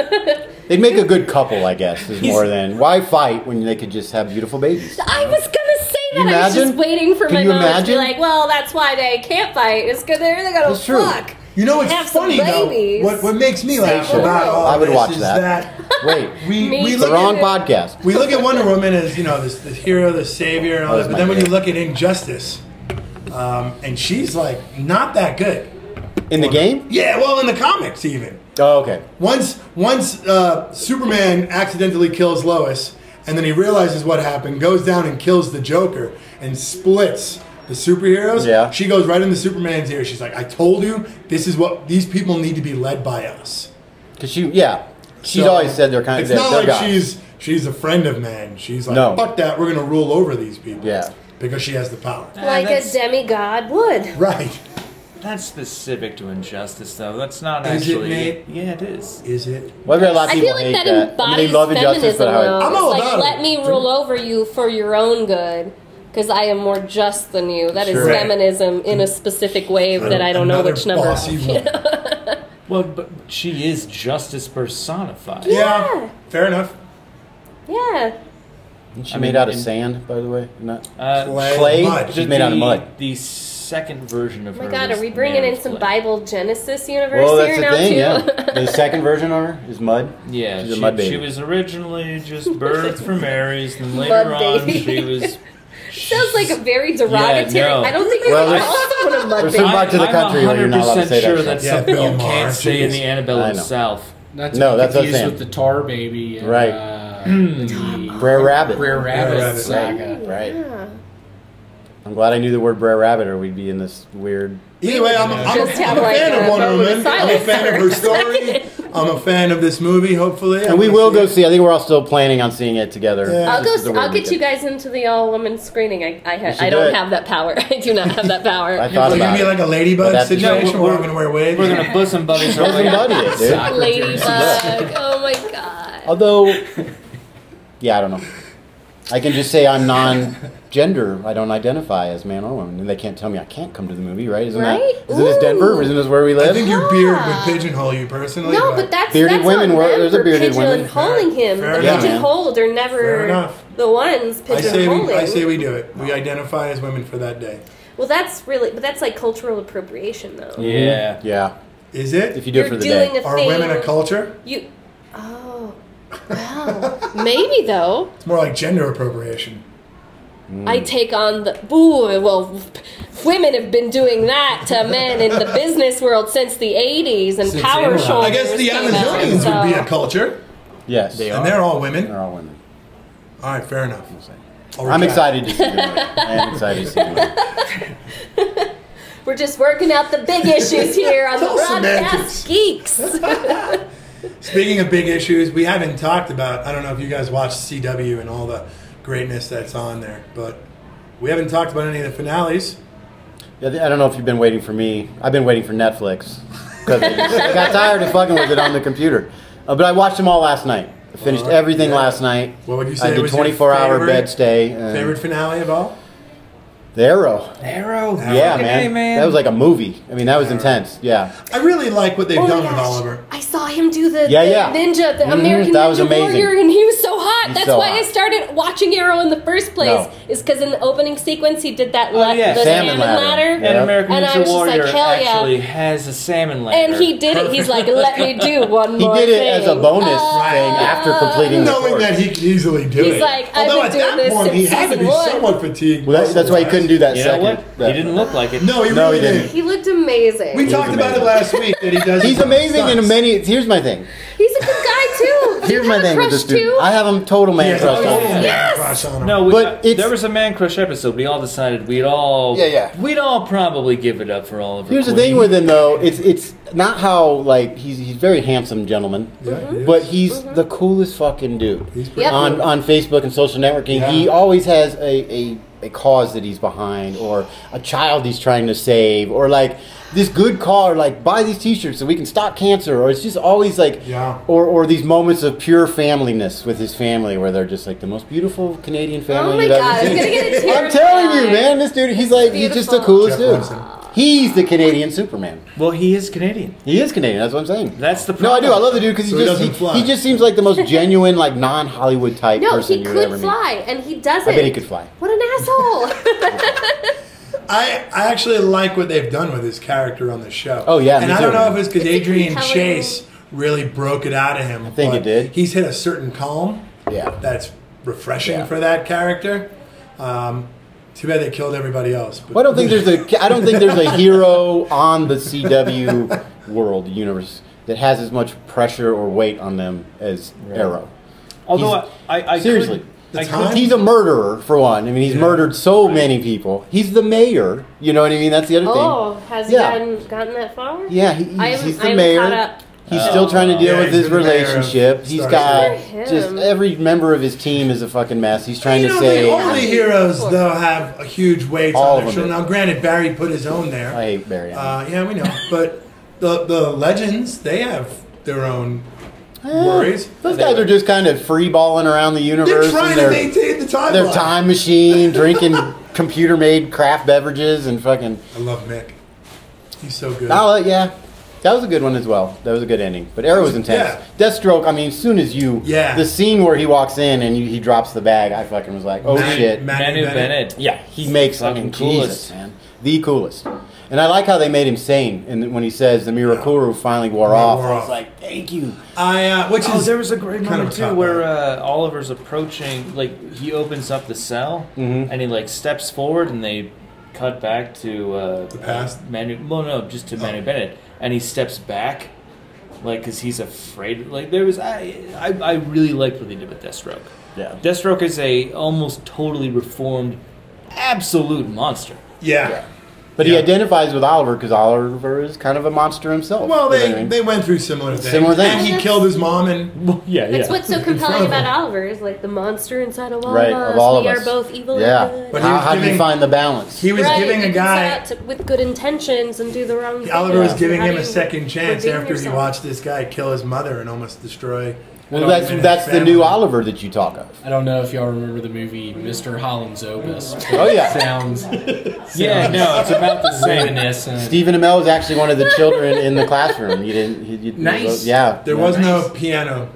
Speaker 9: They'd make a good couple, I guess. Is more than why fight when they could just have beautiful babies.
Speaker 7: I was gonna say that.
Speaker 9: You
Speaker 7: I was just
Speaker 9: imagine?
Speaker 7: waiting for
Speaker 9: Can
Speaker 7: my
Speaker 9: you
Speaker 7: mom to
Speaker 9: imagine?
Speaker 7: be like, "Well, that's why they can't fight. It's because they're they gotta
Speaker 9: That's true.
Speaker 7: fuck."
Speaker 8: You know what's
Speaker 7: Have some
Speaker 8: funny though?
Speaker 7: babies.
Speaker 8: What what makes me laugh
Speaker 7: the
Speaker 8: about
Speaker 7: world.
Speaker 8: all
Speaker 9: I would
Speaker 8: this
Speaker 9: watch
Speaker 8: is
Speaker 9: that.
Speaker 8: that
Speaker 9: Wait,
Speaker 8: we,
Speaker 7: Me
Speaker 8: we
Speaker 9: it's the
Speaker 8: look
Speaker 9: wrong
Speaker 8: at
Speaker 9: podcast.
Speaker 8: we look at Wonder Woman as you know this the hero, the savior, and all
Speaker 9: Oh,
Speaker 8: that.
Speaker 9: that's
Speaker 8: But
Speaker 9: my
Speaker 8: then when you
Speaker 9: favorite.
Speaker 8: look at Injustice, um, and she's like not that good.
Speaker 9: In the game?
Speaker 8: Yeah, well, in the comics even.
Speaker 9: Oh, okay.
Speaker 8: Once once uh, Superman accidentally kills Lois, and then he realizes what happened, goes down and kills the Joker, and splits the superheroes.
Speaker 9: Yeah.
Speaker 8: She goes right into Superman's ear. She's like, "I told you, this is what these people need to be led by us."
Speaker 9: Cause she, yeah, she's
Speaker 8: So,
Speaker 9: always said they're kind of.
Speaker 8: It's
Speaker 9: they're-
Speaker 8: not
Speaker 9: they're
Speaker 8: like
Speaker 9: gods.
Speaker 8: she's she's a friend of man. She's like,
Speaker 9: No.
Speaker 8: "Fuck that, we're gonna rule over these people."
Speaker 9: Yeah.
Speaker 8: Because she has the power.
Speaker 7: Like a
Speaker 6: that's-
Speaker 7: demigod would.
Speaker 8: Right.
Speaker 6: That's specific to injustice, though. That's not
Speaker 8: Is it,
Speaker 6: actually.
Speaker 8: Nate?
Speaker 6: Yeah, it is.
Speaker 8: Is it?
Speaker 9: Well, there are a lot of
Speaker 7: I
Speaker 9: people
Speaker 7: feel like
Speaker 9: hate
Speaker 7: that,
Speaker 9: that. I mean,
Speaker 7: embodies
Speaker 9: they love injustice,
Speaker 7: feminism,
Speaker 9: but
Speaker 7: though.
Speaker 9: how
Speaker 8: I'm all
Speaker 7: it's like,
Speaker 8: about it.
Speaker 7: let me rule over you for your own good, because I am more just than you. That is
Speaker 9: Sure. Right.
Speaker 7: feminism in a specific wave that I don't
Speaker 8: Another
Speaker 7: know which number.
Speaker 8: bossy woman.
Speaker 6: Well, but she is justice personified.
Speaker 8: yeah. Fair enough.
Speaker 7: Yeah,
Speaker 9: she
Speaker 6: I
Speaker 9: made
Speaker 6: mean,
Speaker 9: out of
Speaker 6: in-
Speaker 9: sand, by the way. Not
Speaker 6: Uh,
Speaker 8: Clay.
Speaker 9: clay.
Speaker 8: Mud.
Speaker 9: She's made out of
Speaker 6: the-
Speaker 9: mud.
Speaker 6: The second version of
Speaker 7: Oh my
Speaker 6: her
Speaker 7: god,
Speaker 6: was
Speaker 7: are we
Speaker 6: the
Speaker 7: bringing
Speaker 6: man
Speaker 7: in
Speaker 6: with
Speaker 7: some
Speaker 6: clay.
Speaker 7: Bible Genesis universe
Speaker 9: Well, that's
Speaker 7: here
Speaker 9: the
Speaker 7: now
Speaker 9: thing.
Speaker 7: too?
Speaker 9: Yeah, the second version of her is mud.
Speaker 6: Yeah,
Speaker 9: she's
Speaker 6: she,
Speaker 9: a mud baby.
Speaker 6: she was originally just birthed from Aries, and
Speaker 7: Mud
Speaker 6: later on
Speaker 7: baby.
Speaker 6: she was.
Speaker 7: Sounds like a very derogatory.
Speaker 6: Yeah, no.
Speaker 7: I don't think you
Speaker 9: Well,
Speaker 7: can
Speaker 9: there's-
Speaker 7: call someone a mud
Speaker 9: there's
Speaker 7: baby.
Speaker 9: some Back to the
Speaker 6: I'm
Speaker 9: country where you're not allowed to
Speaker 6: 100%
Speaker 9: say that
Speaker 6: sure
Speaker 9: shit.
Speaker 6: that's
Speaker 8: Yeah,
Speaker 6: something
Speaker 8: Bill
Speaker 6: you
Speaker 8: Maher,
Speaker 6: can't say in
Speaker 8: jeez.
Speaker 6: the
Speaker 9: I
Speaker 6: antebellum
Speaker 9: know.
Speaker 6: South.
Speaker 10: Not to
Speaker 9: No,
Speaker 10: be
Speaker 9: that's what I'm
Speaker 10: confused
Speaker 9: saying.
Speaker 10: with the Tar Baby. And,
Speaker 9: Right.
Speaker 10: Uh, the
Speaker 9: Brer Rabbit.
Speaker 10: Brer Rabbit,
Speaker 8: Brer Rabbit.
Speaker 10: saga.
Speaker 9: Right.
Speaker 7: Ah.
Speaker 9: I'm glad I knew the word Brer Rabbit, or we'd be in this weird.
Speaker 8: Either way, I'm, I'm,
Speaker 7: Just
Speaker 8: I'm
Speaker 7: have,
Speaker 8: a
Speaker 7: like,
Speaker 8: fan
Speaker 7: a
Speaker 8: of Wonder
Speaker 7: moment of
Speaker 8: Woman. I'm a
Speaker 7: silence
Speaker 8: fan of
Speaker 7: for
Speaker 8: her
Speaker 7: a
Speaker 8: story. I'm a fan of this movie, hopefully.
Speaker 9: And we will go see. I think we're all still planning on seeing it together.
Speaker 8: Yeah.
Speaker 7: I'll
Speaker 9: This is the
Speaker 7: go.
Speaker 9: word
Speaker 7: I'll
Speaker 9: we
Speaker 7: get
Speaker 9: did.
Speaker 7: you guys into the all woman screening. I I, ha-
Speaker 9: should
Speaker 7: I
Speaker 9: do
Speaker 7: don't
Speaker 9: it.
Speaker 7: have that power. I do not have that power.
Speaker 9: I
Speaker 8: It's
Speaker 9: thought
Speaker 8: going
Speaker 9: about
Speaker 8: to be
Speaker 9: it.
Speaker 8: like a
Speaker 9: But
Speaker 8: ladybug
Speaker 9: that's-
Speaker 8: situation where
Speaker 6: No, we're-
Speaker 8: I'm going to wear wigs.
Speaker 6: We're gonna bosom buddies. her
Speaker 9: Doesn't
Speaker 6: way up.
Speaker 9: buddy it, dude.
Speaker 7: Ladybug. Oh my god.
Speaker 9: Although, yeah, I don't know. I can just say I'm non-gender. I don't identify as man or woman, and they can't tell me I can't come to the movie, right? Isn't
Speaker 7: Right?
Speaker 9: that? Isn't this Denver?
Speaker 7: Ooh.
Speaker 9: Isn't this where we
Speaker 8: I
Speaker 9: live?
Speaker 8: think your beard would pigeonhole you personally.
Speaker 7: No, but that's
Speaker 9: Bearded
Speaker 7: that's
Speaker 9: women
Speaker 7: on
Speaker 9: were-
Speaker 7: them
Speaker 9: there's a
Speaker 7: for
Speaker 9: bearded women.
Speaker 7: pigeonholing him.
Speaker 8: Fair
Speaker 7: the
Speaker 8: enough.
Speaker 7: pigeonholed are
Speaker 8: Fair
Speaker 7: never
Speaker 8: enough.
Speaker 7: the ones
Speaker 8: I say,
Speaker 7: pigeonholing.
Speaker 8: we, I say we do it. We identify as women for that day.
Speaker 7: well, that's really, but that's like cultural appropriation, though.
Speaker 6: Yeah.
Speaker 9: yeah.
Speaker 8: Is it?
Speaker 9: If you do
Speaker 7: You're
Speaker 9: it for the
Speaker 7: doing
Speaker 9: day,
Speaker 7: a
Speaker 8: Are
Speaker 7: thing.
Speaker 8: women a culture?
Speaker 7: You. Oh. Well, maybe though.
Speaker 8: It's more like gender appropriation.
Speaker 7: I
Speaker 9: Hmm.
Speaker 7: take on the. Ooh, well, women have been doing that to men in the business world since the 80s and
Speaker 10: Since
Speaker 7: power
Speaker 10: Enron.
Speaker 7: shoulders.
Speaker 8: I guess the
Speaker 7: came
Speaker 8: Amazonians
Speaker 7: out,
Speaker 8: would be
Speaker 7: so-
Speaker 8: a culture.
Speaker 9: yes, they
Speaker 8: And they're all women.
Speaker 9: They're all women.
Speaker 8: All right, fair enough. I'll
Speaker 9: I'm
Speaker 8: retract.
Speaker 9: excited to see the movie. I'm excited to see the movie.
Speaker 7: We're just working out the big issues here on the
Speaker 8: It's all semantics.
Speaker 7: broadcast geeks.
Speaker 8: Speaking of big issues, we haven't talked about. I don't know if you guys watched CW and all the greatness that's on there, but we haven't talked about any of the finales.
Speaker 9: Yeah, I don't know if you've been waiting for me. I've been waiting for Netflix because I just- I got tired of fucking with it on the computer. Uh, but I watched them all last night. I finished
Speaker 8: Alright,
Speaker 9: everything
Speaker 8: yeah.
Speaker 9: last night.
Speaker 8: What would you
Speaker 9: I
Speaker 8: say
Speaker 9: did
Speaker 8: was your
Speaker 9: 24 hour
Speaker 8: favorite-
Speaker 9: bed stay. and-
Speaker 8: Favorite finale of all?
Speaker 9: The Arrow.
Speaker 6: Arrow.
Speaker 9: Yeah,
Speaker 6: Fucking
Speaker 9: man.
Speaker 6: A, man.
Speaker 9: That was like a movie. I mean, that was intense. Yeah.
Speaker 8: I really like what they've
Speaker 11: Oh my
Speaker 8: done with
Speaker 11: gosh.
Speaker 8: Oliver.
Speaker 11: I saw him do the,
Speaker 9: Yeah,
Speaker 11: the
Speaker 9: yeah.
Speaker 11: ninja, the
Speaker 9: Mhm,
Speaker 11: American
Speaker 9: that was
Speaker 11: Ninja
Speaker 9: amazing.
Speaker 11: Warrior, and he was so hot.
Speaker 9: He's
Speaker 11: That's
Speaker 9: so
Speaker 11: why I
Speaker 9: hot.
Speaker 11: started watching Arrow in the first place.
Speaker 9: No.
Speaker 11: Is because in the opening sequence he did that le-
Speaker 6: yeah,
Speaker 11: the salmon,
Speaker 9: salmon
Speaker 11: ladder,
Speaker 9: ladder.
Speaker 6: An
Speaker 9: Yeah.
Speaker 6: American
Speaker 11: And I
Speaker 6: Ninja
Speaker 11: was just like,
Speaker 6: Warrior
Speaker 11: hell yeah.
Speaker 6: actually has a salmon ladder.
Speaker 11: and he did it. He's like, let me do one
Speaker 9: He
Speaker 11: more.
Speaker 9: did it
Speaker 11: thing.
Speaker 9: as a bonus
Speaker 11: Ah.
Speaker 9: thing after completing the
Speaker 8: Knowing
Speaker 9: course.
Speaker 8: that he could easily do
Speaker 11: He's
Speaker 8: it.
Speaker 11: like, I've
Speaker 8: Although
Speaker 11: been
Speaker 8: at
Speaker 11: doing
Speaker 8: that
Speaker 11: this
Speaker 8: point,
Speaker 11: since
Speaker 8: he had to
Speaker 11: season
Speaker 8: be
Speaker 11: one.
Speaker 8: somewhat fatigued.
Speaker 9: Well, that's, that's why he couldn't do that
Speaker 6: You know
Speaker 9: second.
Speaker 6: what?
Speaker 9: that-
Speaker 6: He didn't look like it.
Speaker 8: No, he
Speaker 9: No,
Speaker 8: really
Speaker 9: he didn't.
Speaker 8: didn't.
Speaker 11: He looked amazing.
Speaker 8: We talked about it
Speaker 9: amazing.
Speaker 8: last week that he does.
Speaker 9: He's amazing in many. He's- Here's my thing.
Speaker 11: He's a good guy too. Does
Speaker 9: Here's
Speaker 11: he
Speaker 9: my
Speaker 11: have a
Speaker 9: thing with
Speaker 11: crush,
Speaker 9: this dude.
Speaker 11: too?
Speaker 9: I have him total man crush on him.
Speaker 8: Yes. Crush on him.
Speaker 6: No, we,
Speaker 9: But
Speaker 6: uh,
Speaker 9: it's-
Speaker 6: there was a man crush episode. We all decided we'd all
Speaker 9: Yeah, yeah.
Speaker 6: we'd all probably give it up for Oliver.
Speaker 9: Here's the
Speaker 6: Queen.
Speaker 9: thing with him though. It's it's not how like he's he's a very handsome gentleman, but he's the coolest fucking dude.
Speaker 11: Mm-hmm. Yep.
Speaker 9: on on Facebook and social networking, he
Speaker 8: Yeah.
Speaker 9: always has a, a a cause that he's behind, or a child he's trying to save, or like this good cause, or, like buy these T-shirts so we can stop cancer, or it's just always like,
Speaker 8: Yeah.
Speaker 9: or or these moments of pure familyness with his family, where they're just like the most beautiful Canadian family.
Speaker 11: oh my
Speaker 9: you've
Speaker 11: god, I'm
Speaker 9: ever
Speaker 11: gonna
Speaker 9: seen.
Speaker 11: get a tear.
Speaker 9: I'm telling you, man, this dude, he's like, he's just the
Speaker 11: beautiful.
Speaker 9: coolest
Speaker 8: Jeff
Speaker 9: dude.
Speaker 8: Wilson.
Speaker 9: He's the Canadian Superman.
Speaker 6: Well, he is Canadian.
Speaker 9: He is Canadian. That's what I'm saying.
Speaker 6: That's the
Speaker 9: no, I
Speaker 6: problem.
Speaker 9: do. I love the dude because
Speaker 8: So
Speaker 9: he
Speaker 8: he
Speaker 9: just he,
Speaker 8: doesn't fly.
Speaker 9: he just seems like the most genuine, like non-Hollywood type
Speaker 11: No,
Speaker 9: person
Speaker 11: he
Speaker 9: you would ever
Speaker 11: could
Speaker 9: meet.
Speaker 11: fly, and he doesn't.
Speaker 9: I bet he could fly.
Speaker 11: What an asshole!
Speaker 8: I, I actually like what they've done with his character on the show.
Speaker 9: Oh, yeah,
Speaker 8: and
Speaker 9: me
Speaker 8: I
Speaker 9: too.
Speaker 8: don't know if it's because
Speaker 11: It's a
Speaker 8: Adrian
Speaker 11: compelling-
Speaker 8: Chase really broke it out of him. I
Speaker 9: think it did.
Speaker 8: He's hit a certain calm.
Speaker 9: Yeah.
Speaker 8: that's refreshing
Speaker 9: Yeah.
Speaker 8: for that character. Um, too bad they killed everybody else. But
Speaker 9: Well, I don't think there's a I don't think there's a hero on the CW world universe that has as much pressure or weight on them as Arrow.
Speaker 6: Although
Speaker 9: He's-
Speaker 6: I, I, I
Speaker 9: seriously.
Speaker 6: could, I
Speaker 8: The time-
Speaker 6: could,
Speaker 9: He's a murderer for one. I mean, he's murdered so many people. He's the mayor. You know what I mean? That's the other
Speaker 11: oh,
Speaker 9: thing.
Speaker 11: has
Speaker 9: Yeah.
Speaker 11: he gotten, gotten that far?
Speaker 9: Yeah, he, he's,
Speaker 11: I haven't-
Speaker 9: he's
Speaker 11: I
Speaker 9: the
Speaker 11: haven't
Speaker 9: mayor.
Speaker 11: caught up.
Speaker 9: He's still trying to deal
Speaker 8: Oh, Yeah,
Speaker 9: with
Speaker 8: he's
Speaker 9: his
Speaker 8: the mayor of
Speaker 9: relationship. He's
Speaker 8: Star
Speaker 9: got
Speaker 11: Trek. Good for
Speaker 9: just
Speaker 11: him.
Speaker 9: every member of his team is a fucking mess. He's trying
Speaker 8: You
Speaker 9: to
Speaker 8: know,
Speaker 9: say,
Speaker 8: the only heroes though have a huge weight
Speaker 9: All
Speaker 8: on
Speaker 9: of them
Speaker 8: their show.
Speaker 9: do.
Speaker 8: Now, granted, Barry put his own there.
Speaker 9: I hate Barry Allen.
Speaker 8: Uh, yeah, we know, but the the legends they have their own worries.
Speaker 9: Those guys are just kind of free balling around the
Speaker 8: They're
Speaker 9: universe.
Speaker 8: trying
Speaker 9: and
Speaker 8: to
Speaker 9: they're-
Speaker 8: maintain the timeline.
Speaker 9: their time machine, drinking computer made craft beverages, and fucking.
Speaker 8: I love Mick. He's so good.
Speaker 9: I'll, uh, yeah, that was a good one as well. That was a good ending. But Arrow was intense.
Speaker 8: Yeah.
Speaker 9: Deathstroke, I mean, as soon as you.
Speaker 8: Yeah.
Speaker 9: The scene where he walks in and you, he drops the bag, I fucking was like, oh
Speaker 8: Manu-
Speaker 9: shit.
Speaker 8: Manu
Speaker 6: Manu
Speaker 8: Bennett.
Speaker 6: Bennett.
Speaker 9: yeah, he makes I mean,
Speaker 6: Fucking coolest.
Speaker 9: Jesus, man. The coolest. And I like how they made him sane and when he says the Mirakuru finally wore off.
Speaker 8: wore
Speaker 9: I was
Speaker 8: off.
Speaker 9: like, thank you.
Speaker 8: I uh, which
Speaker 6: Oh,
Speaker 8: is
Speaker 6: there was a great
Speaker 8: kind of
Speaker 6: moment
Speaker 8: a
Speaker 6: too
Speaker 8: cop-out.
Speaker 6: where uh, Oliver's approaching. Like he opens up the cell
Speaker 8: Mm-hmm.
Speaker 6: and he like steps forward, and they cut back to uh, the
Speaker 8: past? Oh.
Speaker 6: Manu. Well, no, just to Manu Bennett, and he steps back, like because he's afraid. Like there was, I, I, I really liked what they did with Deathstroke.
Speaker 9: Yeah.
Speaker 6: Deathstroke is a almost totally reformed, absolute monster.
Speaker 8: yeah.
Speaker 9: But he
Speaker 8: Yeah.
Speaker 9: identifies with Oliver because Oliver is kind of a monster himself. You
Speaker 8: Well,
Speaker 9: know
Speaker 8: they
Speaker 9: what I mean?
Speaker 8: they went through similar things.
Speaker 9: Similar things.
Speaker 8: And he killed his mom and
Speaker 6: yeah,
Speaker 11: That's what's so
Speaker 8: of
Speaker 11: compelling
Speaker 8: him.
Speaker 11: about Oliver is like the monster inside of all
Speaker 9: right
Speaker 11: of us.
Speaker 9: of all
Speaker 11: we
Speaker 9: of
Speaker 11: are
Speaker 9: us.
Speaker 11: both evil
Speaker 9: yeah.
Speaker 11: and good.
Speaker 8: But he
Speaker 9: how,
Speaker 8: was
Speaker 9: how do you
Speaker 8: giving-
Speaker 9: find the balance?
Speaker 8: he was
Speaker 11: Right,
Speaker 8: giving
Speaker 11: you
Speaker 8: a
Speaker 11: can
Speaker 8: guy.
Speaker 11: set out to- with good intentions and do the wrong thing.
Speaker 8: Oliver was
Speaker 11: So
Speaker 8: giving
Speaker 11: how
Speaker 8: him
Speaker 11: do
Speaker 8: a
Speaker 11: you
Speaker 8: second chance
Speaker 11: redeem
Speaker 8: after
Speaker 11: yourself?
Speaker 8: he watched this guy kill his mother and almost destroy.
Speaker 9: well, that's
Speaker 8: him and
Speaker 9: that's
Speaker 8: his
Speaker 9: the new
Speaker 8: family.
Speaker 9: Oliver that you talk of.
Speaker 10: I don't know if y'all remember the movie Mr. Holland's Opus.
Speaker 9: Oh, yeah.
Speaker 10: sounds
Speaker 6: Yeah, no, it's about the same.
Speaker 10: reminiscent.
Speaker 9: Stephen Amell is actually one of the children in the classroom. You didn't. You, you,
Speaker 10: Nice.
Speaker 9: Yeah.
Speaker 8: There
Speaker 9: yeah.
Speaker 8: was no piano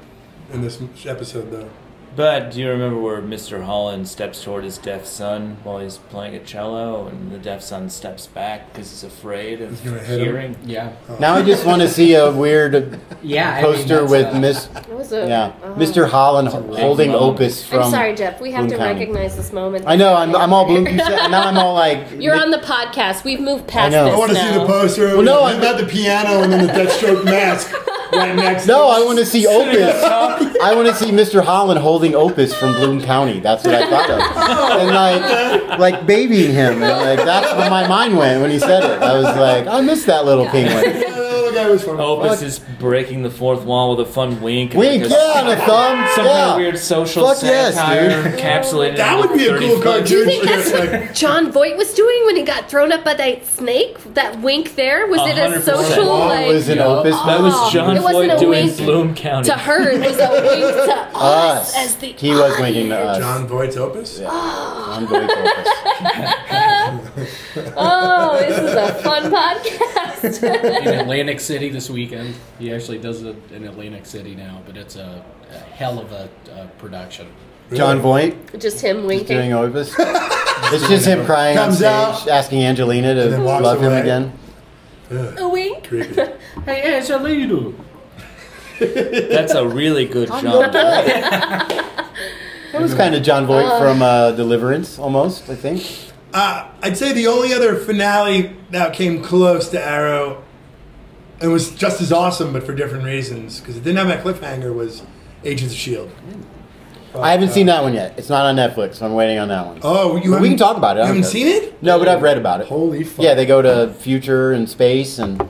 Speaker 8: in this episode though.
Speaker 6: But do you remember where Mr. Holland steps toward his deaf son while he's playing a cello, and the deaf son steps back because he's afraid of
Speaker 8: gonna hit him.
Speaker 6: hearing?
Speaker 10: Yeah.
Speaker 9: Now I just want to see a weird
Speaker 10: Yeah. I mean,
Speaker 9: poster
Speaker 10: that's,
Speaker 9: with
Speaker 10: uh,
Speaker 9: Miss.
Speaker 11: That was a-
Speaker 9: Yeah,
Speaker 11: uh-huh.
Speaker 9: Mr. Holland holding
Speaker 6: problem.
Speaker 9: Opus from.
Speaker 11: I'm sorry, Jeff. We have
Speaker 9: Boone
Speaker 11: to
Speaker 9: County.
Speaker 11: recognize this moment.
Speaker 9: I know. I'm, I'm all blue. you said- Now I'm all like.
Speaker 11: You're on the podcast. We've moved
Speaker 9: I
Speaker 11: past
Speaker 9: know.
Speaker 11: this
Speaker 9: I
Speaker 8: I want to see
Speaker 11: now.
Speaker 8: the poster.
Speaker 9: Well, no,
Speaker 8: I'm
Speaker 9: I-
Speaker 8: about the piano and then the Deathstroke mask right next.
Speaker 9: No,
Speaker 8: to
Speaker 9: I
Speaker 8: it.
Speaker 9: want to see Opus. I want to see Mr. Holland holding Opus from Bloom County. That's what I thought
Speaker 8: Oh.
Speaker 9: of, and like, like babying him, and like that's where my mind went when he said it. I was like, I miss that little penguin.
Speaker 8: Yeah, Oh, that little guy was funny.
Speaker 6: Opus is breaking the fourth wall with a fun wink. and
Speaker 9: Wink,
Speaker 6: like
Speaker 9: yeah, and a thumb,
Speaker 6: Some kind
Speaker 9: yeah.
Speaker 6: of weird social
Speaker 9: Fuck yes,
Speaker 6: satire
Speaker 9: dude.
Speaker 6: encapsulated.
Speaker 8: That
Speaker 6: in
Speaker 8: would be a
Speaker 6: 30
Speaker 8: cool
Speaker 6: foot-
Speaker 11: Do
Speaker 8: cartoon.
Speaker 11: you think that's
Speaker 8: strip,
Speaker 11: what John Voight was doing when he got thrown up by that snake? That wink there was it a
Speaker 6: 100%.
Speaker 11: social
Speaker 6: Oh,
Speaker 9: Oh, it was
Speaker 11: like
Speaker 9: an Opus.
Speaker 6: That was John
Speaker 11: It wasn't a
Speaker 6: Floyd doing
Speaker 11: wink
Speaker 6: Bloom County.
Speaker 11: to her? It was a wink to us,
Speaker 9: us.
Speaker 11: as the
Speaker 9: he was winking to us.
Speaker 8: John Voight's Opus.
Speaker 9: John Voight's Opus.
Speaker 7: Oh, this is a fun podcast.
Speaker 10: in Atlantic City this weekend. He actually does it in Atlantic City now, but it's a, a hell of a, a production.
Speaker 9: John Voight
Speaker 7: Just him
Speaker 9: doing
Speaker 7: winking.
Speaker 9: Ovis. it's just him crying on
Speaker 8: Comes
Speaker 9: stage,
Speaker 8: out.
Speaker 9: asking Angelina to
Speaker 8: then walks
Speaker 9: love him
Speaker 8: away.
Speaker 9: again.
Speaker 7: A wink.
Speaker 8: Creepy.
Speaker 6: Hey, Angelina. That's a really good
Speaker 9: I'm
Speaker 6: John.
Speaker 9: not bad. That was kind of John Voight
Speaker 6: Uh-huh.
Speaker 9: from uh, Deliverance, almost. I think.
Speaker 8: Uh, I'd say the only other finale that came close to Arrow and was just as awesome, but for different reasons, because it didn't have that cliffhanger, was Agents of S.H.I.E.L.D.
Speaker 9: I haven't seen that one yet. It's not on Netflix. so I'm waiting on that one.
Speaker 8: Oh, you
Speaker 9: But we
Speaker 8: haven't-
Speaker 9: can talk about it.
Speaker 8: You
Speaker 9: I don't
Speaker 8: haven't
Speaker 9: care.
Speaker 8: seen it?
Speaker 9: No, but I've read about it.
Speaker 8: Holy fuck.
Speaker 9: Yeah, they go to future and space, and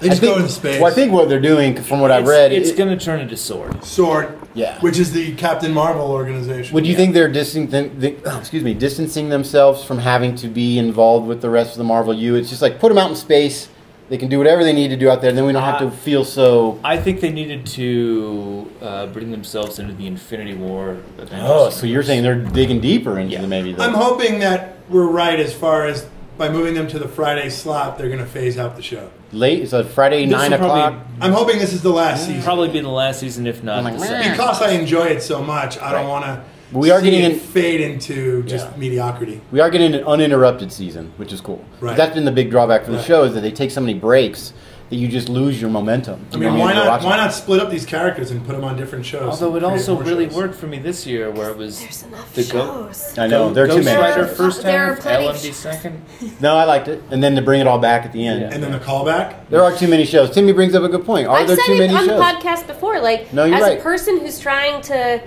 Speaker 8: They just go into space.
Speaker 9: Well, I think what they're doing, from what I've
Speaker 6: It's,
Speaker 9: read,
Speaker 6: it's
Speaker 9: it-
Speaker 6: gonna turn into sword.
Speaker 8: Sword,
Speaker 9: yeah.
Speaker 8: which is the Captain Marvel organization.
Speaker 9: Would you think they're distancing, th- oh, excuse me, distancing themselves from having to be involved with the rest of the Marvel U? It's just like put them out in space. They can do whatever they need to do out there. Then we don't have to
Speaker 6: Uh,
Speaker 9: feel so.
Speaker 6: I think they needed to uh, bring themselves into the Infinity War. Avengers
Speaker 9: Oh, so you're
Speaker 6: universe.
Speaker 9: saying they're digging deeper into the maybe? The,
Speaker 8: I'm hoping that we're right as far as by moving them to the Friday slot, they're going to phase out the show.
Speaker 9: late. It's a Friday
Speaker 6: This
Speaker 9: nine
Speaker 6: will probably-
Speaker 9: o'clock.
Speaker 8: I'm hoping this is the last season.
Speaker 6: probably be the last season, if not
Speaker 9: like,
Speaker 6: the
Speaker 9: "Meh."
Speaker 6: second.
Speaker 8: because I enjoy it so much,
Speaker 9: Right.
Speaker 8: I don't want to.
Speaker 9: We are getting in-
Speaker 8: fade into just
Speaker 9: Yeah.
Speaker 8: mediocrity.
Speaker 9: We are getting an uninterrupted season, which is cool.
Speaker 8: Right.
Speaker 9: That's been the big drawback for the
Speaker 8: Right.
Speaker 9: show is that they take so many breaks that you just lose your momentum.
Speaker 8: I mean, why not? Why not split up these characters and put them on different shows?
Speaker 6: Although it
Speaker 8: and create
Speaker 6: also
Speaker 8: more
Speaker 6: really
Speaker 8: shows?
Speaker 6: worked for me this year, where it was
Speaker 7: There's enough
Speaker 6: The goat.
Speaker 7: shows.
Speaker 9: I know Oh, there are too
Speaker 6: Ghost
Speaker 9: many.
Speaker 6: Rider
Speaker 7: shows.
Speaker 6: first
Speaker 7: There are
Speaker 6: half,
Speaker 7: plenty of
Speaker 6: LMD
Speaker 7: shows.
Speaker 6: second.
Speaker 9: No, I liked it, and then to bring it all back at the end.
Speaker 6: Yeah.
Speaker 8: And then the callback.
Speaker 9: There are too many shows. Timmy brings up a good point. Are
Speaker 7: I've
Speaker 9: there
Speaker 7: said
Speaker 9: too
Speaker 7: it
Speaker 9: many
Speaker 7: on
Speaker 9: shows?
Speaker 7: the podcast before. Like,
Speaker 9: No, you're
Speaker 7: as
Speaker 9: right.
Speaker 7: a person who's trying to,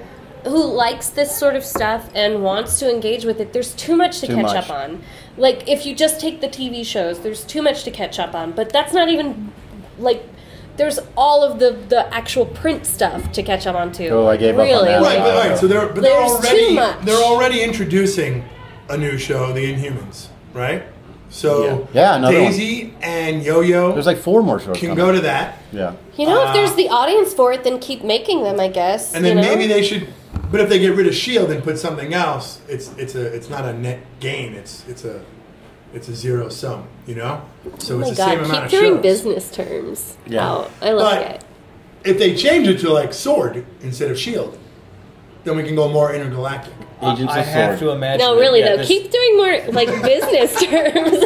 Speaker 7: who likes this sort of stuff and wants to engage with it, there's too much to
Speaker 9: Too
Speaker 7: catch
Speaker 9: much.
Speaker 7: up on. Like, if you just take the TV shows, there's too much to catch up on. But that's not even like. There's all of the, the actual print stuff to catch up on too.
Speaker 9: Oh, I gave up on
Speaker 7: really,
Speaker 9: that.
Speaker 8: Right,
Speaker 7: Like,
Speaker 8: but, right. So they're but they're
Speaker 7: There's too
Speaker 8: already
Speaker 7: much.
Speaker 8: they're already introducing a new show, The Inhumans, right? So
Speaker 9: Yeah. Yeah, another one.
Speaker 8: Daisy and Yo Yo
Speaker 9: There's like four more shows.
Speaker 8: can
Speaker 9: coming.
Speaker 8: go to that,
Speaker 9: Yeah.
Speaker 7: You know,
Speaker 8: Uh,
Speaker 7: if there's the audience for it, then keep making them. I guess.
Speaker 8: and then
Speaker 7: you know?
Speaker 8: maybe they should. But if they get rid of Shield E and put something else, it's it's a it's not a net gain. It's it's a it's a zero sum. You know. So
Speaker 7: Oh
Speaker 8: it's
Speaker 7: my
Speaker 8: the
Speaker 7: god!
Speaker 8: same amount
Speaker 7: keep
Speaker 8: of
Speaker 7: throwing
Speaker 8: shows.
Speaker 7: business terms.
Speaker 9: Yeah.
Speaker 7: out. I like
Speaker 8: But-
Speaker 7: it.
Speaker 8: If they change it to like Sword E instead of Shield, then we can go more intergalactic.
Speaker 9: Agents
Speaker 6: I
Speaker 9: of
Speaker 6: have to
Speaker 9: Sword.
Speaker 6: imagine.
Speaker 7: No,
Speaker 6: that,
Speaker 7: really
Speaker 6: yeah,
Speaker 7: though.
Speaker 6: this
Speaker 7: Keep doing more like business terms.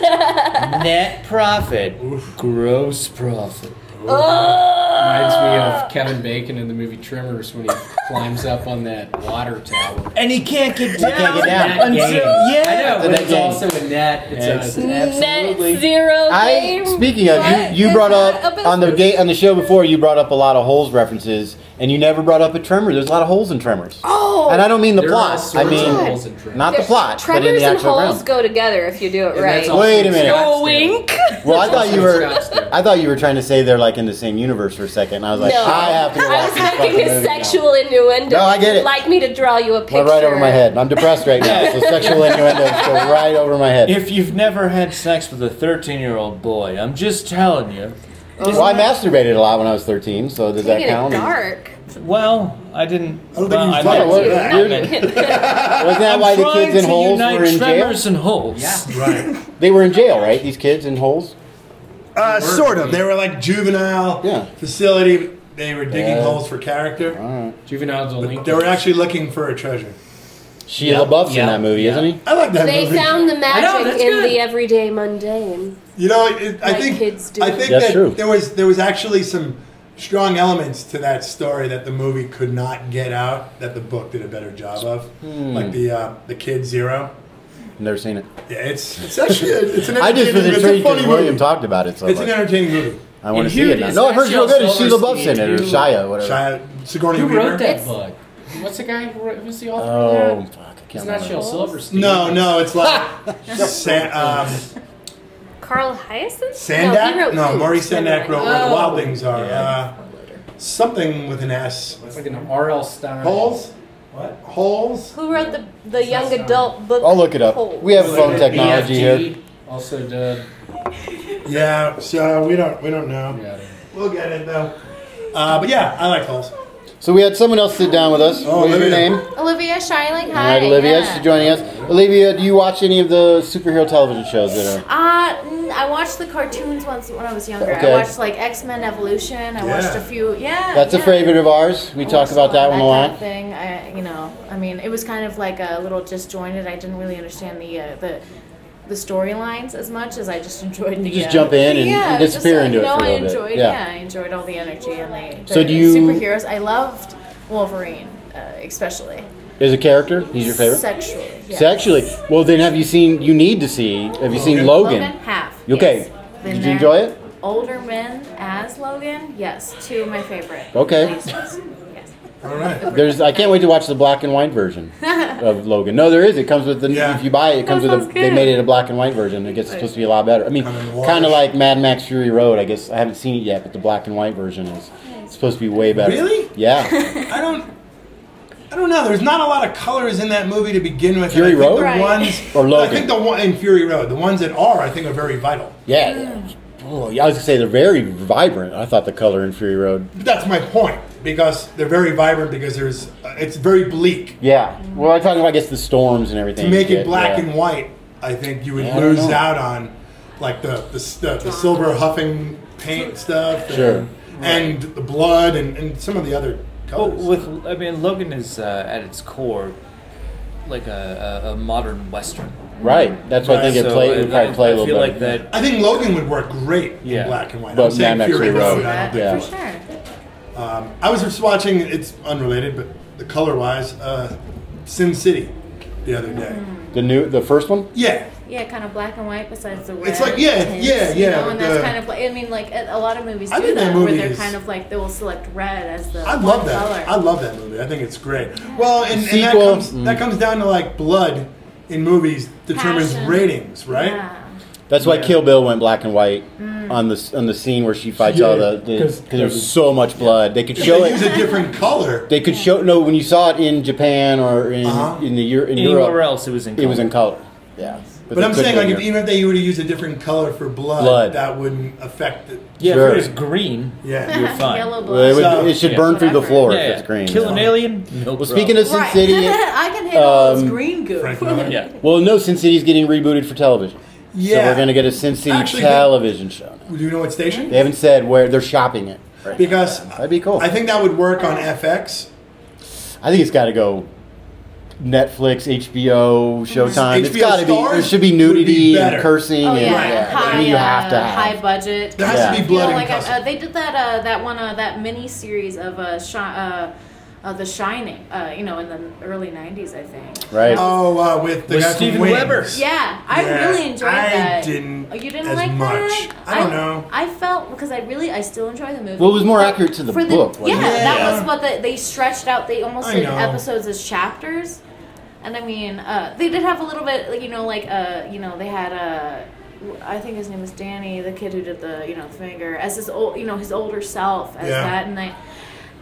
Speaker 6: net profit, gross profit.
Speaker 10: Reminds me of Kevin Bacon in the movie Tremors when he climbs up on that water tower.
Speaker 6: And he can't get down.
Speaker 9: get down.
Speaker 6: until-
Speaker 10: I know,
Speaker 6: yeah.
Speaker 10: but
Speaker 9: That
Speaker 10: it's
Speaker 9: game.
Speaker 10: also a net. It's uh, a,
Speaker 7: Net
Speaker 10: absolutely.
Speaker 7: zero.
Speaker 9: I
Speaker 7: game.
Speaker 9: speaking of
Speaker 7: What
Speaker 9: you, you
Speaker 7: is
Speaker 9: brought
Speaker 7: that
Speaker 9: up
Speaker 7: a
Speaker 9: on the
Speaker 7: business-
Speaker 9: gate on the show before you brought up a lot of holes references and you never brought up a tremor. There's a lot of holes in tremors.
Speaker 7: Oh,
Speaker 9: And I don't mean the
Speaker 10: There are all
Speaker 9: plot. I
Speaker 10: sorts of
Speaker 9: mean
Speaker 10: holes in Tremors.
Speaker 9: not the
Speaker 7: there's-
Speaker 9: plot, but in
Speaker 7: Tremors
Speaker 9: the
Speaker 7: and
Speaker 9: actual
Speaker 7: holes
Speaker 9: realm.
Speaker 7: go together if you do it
Speaker 10: And
Speaker 7: right.
Speaker 10: that's also
Speaker 9: Wait a
Speaker 10: in
Speaker 9: minute.
Speaker 10: Scottsdale.
Speaker 7: Oh, wink.
Speaker 9: Well, I thought you were.
Speaker 10: Scottsdale.
Speaker 9: I thought you were trying to say they're like in the same universe for a second. and I was like,
Speaker 7: no,
Speaker 9: I have to. Go
Speaker 7: I
Speaker 9: watch
Speaker 7: was
Speaker 9: this fucking
Speaker 7: making a
Speaker 9: movie now.
Speaker 7: sexual innuendo.
Speaker 9: No, I get it.
Speaker 7: You'd like me to draw you a picture?
Speaker 9: Went right over my head. I'm depressed right now, so sexual innuendos go right over my head.
Speaker 6: If you've never had sex with a 13 year old boy, I'm just telling you.
Speaker 9: well, I masturbated a lot when I was 13, so does that
Speaker 7: Making it
Speaker 9: count?
Speaker 7: dark.
Speaker 6: Well, I didn't.
Speaker 8: I don't think
Speaker 6: well,
Speaker 8: you
Speaker 6: I
Speaker 8: thought
Speaker 6: meant-
Speaker 9: Oh, Yeah, what-
Speaker 8: Dude,
Speaker 9: you're- wasn't that
Speaker 6: I'm
Speaker 9: why the
Speaker 6: trying
Speaker 9: kids in
Speaker 6: to
Speaker 9: holes
Speaker 6: unite
Speaker 9: were in jail?
Speaker 6: tremors and holes.
Speaker 10: Yeah.
Speaker 8: Right.
Speaker 9: They were in jail, right? These kids in holes.
Speaker 8: Uh, sort of. They were like juvenile
Speaker 9: Yeah.
Speaker 8: facility. They were digging
Speaker 9: Yeah.
Speaker 8: holes for character.
Speaker 10: Juveniles will
Speaker 8: But
Speaker 10: link.
Speaker 8: they were actually looking for a treasure.
Speaker 9: Shia LaBeouf's in
Speaker 10: yeah,
Speaker 9: that movie, isn't he?
Speaker 8: I like that
Speaker 7: They
Speaker 8: movie.
Speaker 7: found the magic
Speaker 10: that's
Speaker 7: in
Speaker 10: good.
Speaker 7: the everyday mundane.
Speaker 8: you know, it, I
Speaker 7: Like
Speaker 8: think
Speaker 7: kids do.
Speaker 8: I think
Speaker 9: That's
Speaker 8: that
Speaker 9: true.
Speaker 8: there was there was actually some strong elements to that story that the movie could not get out that the book did a better job of,
Speaker 9: Hmm.
Speaker 8: like the uh, the kid zero.
Speaker 9: Never seen it.
Speaker 8: Yeah, it's it's actually it's an
Speaker 9: I just was
Speaker 8: entertaining- it's a
Speaker 9: intrigued
Speaker 8: funny
Speaker 9: because William
Speaker 8: movie.
Speaker 9: talked about it so
Speaker 8: It's
Speaker 9: much.
Speaker 8: an entertaining movie.
Speaker 9: I want to
Speaker 10: And
Speaker 9: see
Speaker 10: here
Speaker 9: it
Speaker 10: it
Speaker 9: now.
Speaker 10: is.
Speaker 9: No, I heard real
Speaker 10: Actually,
Speaker 9: good. It's Shia LaBeouf's
Speaker 10: Silverstein
Speaker 9: in it, or
Speaker 10: too.
Speaker 9: Shia, whatever.
Speaker 8: Shia, Sigourney
Speaker 10: Who
Speaker 8: Weaver.
Speaker 10: wrote that
Speaker 7: It's-
Speaker 10: book? What's the guy who wrote? Who's the author?
Speaker 9: Oh,
Speaker 10: of that?
Speaker 9: fuck. I can't
Speaker 10: It's not
Speaker 9: remember.
Speaker 10: Shel Silverstein.
Speaker 8: No, no, it's like Sa- um,
Speaker 7: Carl Hyacinth?
Speaker 8: Sandak? No, Maury Sandak wrote Where the
Speaker 10: Oh.
Speaker 8: Wild Things Are.
Speaker 9: Yeah.
Speaker 8: Uh, something with an S.
Speaker 10: It's like an R.L. Stein.
Speaker 8: Holes? What? Holes?
Speaker 7: Who wrote the the young adult book?
Speaker 9: I'll look it up.
Speaker 7: Holes?
Speaker 9: We have phone technology here.
Speaker 10: BFG Also did.
Speaker 8: Yeah, so we don't we don't know.
Speaker 10: Yeah.
Speaker 8: We'll get it though. Uh, but yeah, I like holes.
Speaker 9: So we had someone else sit down with us.
Speaker 8: Oh,
Speaker 9: What was your
Speaker 8: Olivia.
Speaker 9: name?
Speaker 7: Olivia Schuyling.
Speaker 9: All
Speaker 7: Hi,
Speaker 9: right, Olivia,
Speaker 7: yeah.
Speaker 9: she's joining us. Olivia, do you watch any of the superhero television shows that are?
Speaker 7: Uh, mm, I watched the cartoons once when I was younger.
Speaker 9: Okay.
Speaker 7: I watched like X Men Evolution. I
Speaker 9: Yeah.
Speaker 7: watched a few. Yeah,
Speaker 9: That's
Speaker 7: yeah. Oh,
Speaker 9: a favorite of ours. We talk about that one a
Speaker 7: kind of
Speaker 9: lot.
Speaker 7: thing. I, you know, I mean, it was kind of like a little disjointed. I didn't really understand the uh, the the storylines as much as I just enjoyed the.
Speaker 9: Just
Speaker 7: uh,
Speaker 9: jump in and-
Speaker 7: yeah,
Speaker 9: and disappear
Speaker 7: just, uh,
Speaker 9: into
Speaker 7: you
Speaker 9: it
Speaker 7: know,
Speaker 9: for a little
Speaker 7: I
Speaker 9: bit.
Speaker 7: enjoyed,
Speaker 9: Yeah.
Speaker 7: I enjoyed all the energy and the,
Speaker 9: So
Speaker 7: the
Speaker 9: do you-
Speaker 7: superheroes. I loved Wolverine, uh, especially.
Speaker 9: There's a character. He's your favorite.
Speaker 7: Sexually. yeah.
Speaker 9: Sexually. Well, then have you seen? You need to see. Have you seen Logan?
Speaker 7: Logan, half.
Speaker 9: Okay.
Speaker 7: yes. Been
Speaker 9: Did you
Speaker 7: there.
Speaker 9: enjoy it?
Speaker 7: Older men as Logan, yes, two of my favorite.
Speaker 9: Okay.
Speaker 7: Yes.
Speaker 8: All right.
Speaker 9: There's. I can't wait to watch the black and white version of Logan. No, there is. It comes with the. If you buy it, it comes with. A, they made it a black and white version. It gets supposed to be a lot better. I mean, kind of like Mad Max Fury Road. I guess I haven't seen it yet, but the black and white version is supposed to be way better.
Speaker 8: Really?
Speaker 9: Yeah.
Speaker 8: I don't. I don't know. There's not a lot of colors in that movie to begin with. and
Speaker 9: Fury
Speaker 8: I think
Speaker 9: Road?
Speaker 8: the
Speaker 9: Right.
Speaker 8: ones,
Speaker 9: Or
Speaker 8: I
Speaker 9: Logan?
Speaker 8: think the one in Fury Road, the ones that are, I think, are very vital.
Speaker 9: Yeah. Oh, yeah. I was gonna say they're very vibrant. I thought the color in Fury Road.
Speaker 8: That's my point because they're very vibrant because there's uh, it's very bleak.
Speaker 9: Yeah. Well, I'm talking about I guess the storms and everything.
Speaker 8: To make
Speaker 9: you
Speaker 8: it
Speaker 9: get,
Speaker 8: black
Speaker 9: yeah.
Speaker 8: and white, I think you would
Speaker 9: Yeah, I don't
Speaker 8: lose
Speaker 9: know.
Speaker 8: out on like the the, s- the, the silver huffing paint stuff. and-
Speaker 9: Sure.
Speaker 8: And the blood and, and some of the other
Speaker 6: Well,
Speaker 8: colors.
Speaker 6: with I mean, Logan is uh, at its core like a, a, a modern western.
Speaker 9: Right. That's why I think it
Speaker 6: So uh,
Speaker 9: play- it would probably
Speaker 6: I-
Speaker 9: play a
Speaker 6: I
Speaker 9: little
Speaker 6: feel
Speaker 9: better.
Speaker 6: like that.
Speaker 8: I think Logan would work great
Speaker 6: Yeah.
Speaker 8: in black and white.
Speaker 9: But
Speaker 8: I'm saying
Speaker 9: Mad Max
Speaker 8: Fury
Speaker 9: Fury
Speaker 8: Road.
Speaker 9: Road,
Speaker 8: I don't think
Speaker 9: yeah.
Speaker 8: sure. Um, I was just watching. It's unrelated, but the color wise, uh, Sin City, the other day.
Speaker 7: Hmm.
Speaker 9: The new, the first one.
Speaker 8: Yeah.
Speaker 7: Yeah, kind of black and white besides the red.
Speaker 8: It's like, yeah,
Speaker 7: tints,
Speaker 8: yeah,
Speaker 7: You
Speaker 8: yeah,
Speaker 7: know, and
Speaker 8: but
Speaker 7: that's
Speaker 8: the-
Speaker 7: kind of like, I mean, like a, a lot of movies
Speaker 8: I
Speaker 7: do
Speaker 8: think that
Speaker 7: that,
Speaker 8: movie
Speaker 7: where they're
Speaker 8: is-
Speaker 7: kind of like, they will select red as the
Speaker 8: I love
Speaker 7: one color.
Speaker 8: that. I love that movie. I think it's great. Well, and, and that
Speaker 9: Sequel. mm.
Speaker 8: comes that comes down to like blood in movies determines
Speaker 7: Passion.
Speaker 8: ratings, right?
Speaker 9: That's why
Speaker 8: Yeah.
Speaker 9: Kill Bill went black and white on the s- on the scene where she fights
Speaker 8: Yeah,
Speaker 9: all the because
Speaker 8: 'cause-
Speaker 9: there's so much blood. They could
Speaker 8: If
Speaker 9: show
Speaker 8: they
Speaker 9: it.
Speaker 8: use a different color.
Speaker 9: They could show no when you saw it in Japan or in
Speaker 8: Uh-huh.
Speaker 9: in the Euro, in
Speaker 8: Anywhere
Speaker 9: Europe.
Speaker 8: else it was in
Speaker 9: It was in color. Yeah.
Speaker 8: But,
Speaker 9: they
Speaker 8: I'm
Speaker 9: couldn't
Speaker 8: saying,
Speaker 9: do it
Speaker 8: like, if,
Speaker 9: here.
Speaker 8: even if they were to use a different color for blood,
Speaker 9: Blood.
Speaker 8: that wouldn't affect it.
Speaker 6: Yeah, if it Sure. was green,
Speaker 8: yeah,
Speaker 6: you're fine. Yellow
Speaker 9: Well, it, would- it should
Speaker 6: Yeah.
Speaker 9: burn through the floor
Speaker 6: Yeah,
Speaker 9: if
Speaker 6: yeah.
Speaker 9: it's green.
Speaker 6: Kill an alien? No.
Speaker 9: Well, speaking of Sin
Speaker 7: Right.
Speaker 9: City,
Speaker 7: I can handle all this
Speaker 9: um,
Speaker 7: green goo.
Speaker 6: yeah.
Speaker 9: Well, no, Sin City's getting rebooted for television. So
Speaker 8: Yeah.
Speaker 9: we're gonna get a Sin City
Speaker 8: Actually, they-
Speaker 9: television show.
Speaker 8: Do you know what station?
Speaker 9: They haven't said where they're shopping it. Right.
Speaker 8: Because
Speaker 9: That'd be cool.
Speaker 8: I think that would work on FX.
Speaker 9: I think it's got to go Netflix, HBO, Showtime. it's
Speaker 8: HBO
Speaker 9: got to be. There
Speaker 8: stars
Speaker 9: should be
Speaker 8: would be
Speaker 9: nudity and
Speaker 8: better.
Speaker 9: cursing.
Speaker 7: Oh
Speaker 9: and,
Speaker 7: yeah,
Speaker 9: I
Speaker 7: high,
Speaker 9: think you have to
Speaker 7: uh,
Speaker 9: have.
Speaker 7: high budget.
Speaker 9: There has to Yeah. be
Speaker 8: blood
Speaker 7: you know,
Speaker 8: and
Speaker 7: like,
Speaker 8: cussing.
Speaker 7: uh, They did that uh, that one uh, that mini series of uh, shi- uh, uh, The Shining. Uh, you know, in the early '90s, I think.
Speaker 9: Right.
Speaker 8: Oh, uh, with the
Speaker 6: With
Speaker 8: guy from
Speaker 6: Steven
Speaker 8: Wings.
Speaker 6: Weber.
Speaker 7: Yeah, I
Speaker 8: Yeah,
Speaker 7: really enjoyed
Speaker 8: I
Speaker 7: that.
Speaker 8: didn't
Speaker 7: Oh, You didn't
Speaker 8: as
Speaker 7: like
Speaker 8: much.
Speaker 7: that?
Speaker 8: I don't know.
Speaker 7: I felt because I really I still enjoy the movie.
Speaker 9: Well, it was more
Speaker 7: But
Speaker 9: accurate to the
Speaker 7: for
Speaker 9: book,
Speaker 7: yeah,
Speaker 9: wasn't it?
Speaker 7: that
Speaker 9: Yeah.
Speaker 7: was what the, they stretched out. They almost
Speaker 9: I
Speaker 7: did
Speaker 9: know.
Speaker 7: episodes as chapters, and I mean, uh, they did have a little bit, like, you know, like uh, you know, they had Uh, I think his name was Danny, the kid who did the you know finger as his old you know his older self as
Speaker 12: Yeah.
Speaker 7: that, and I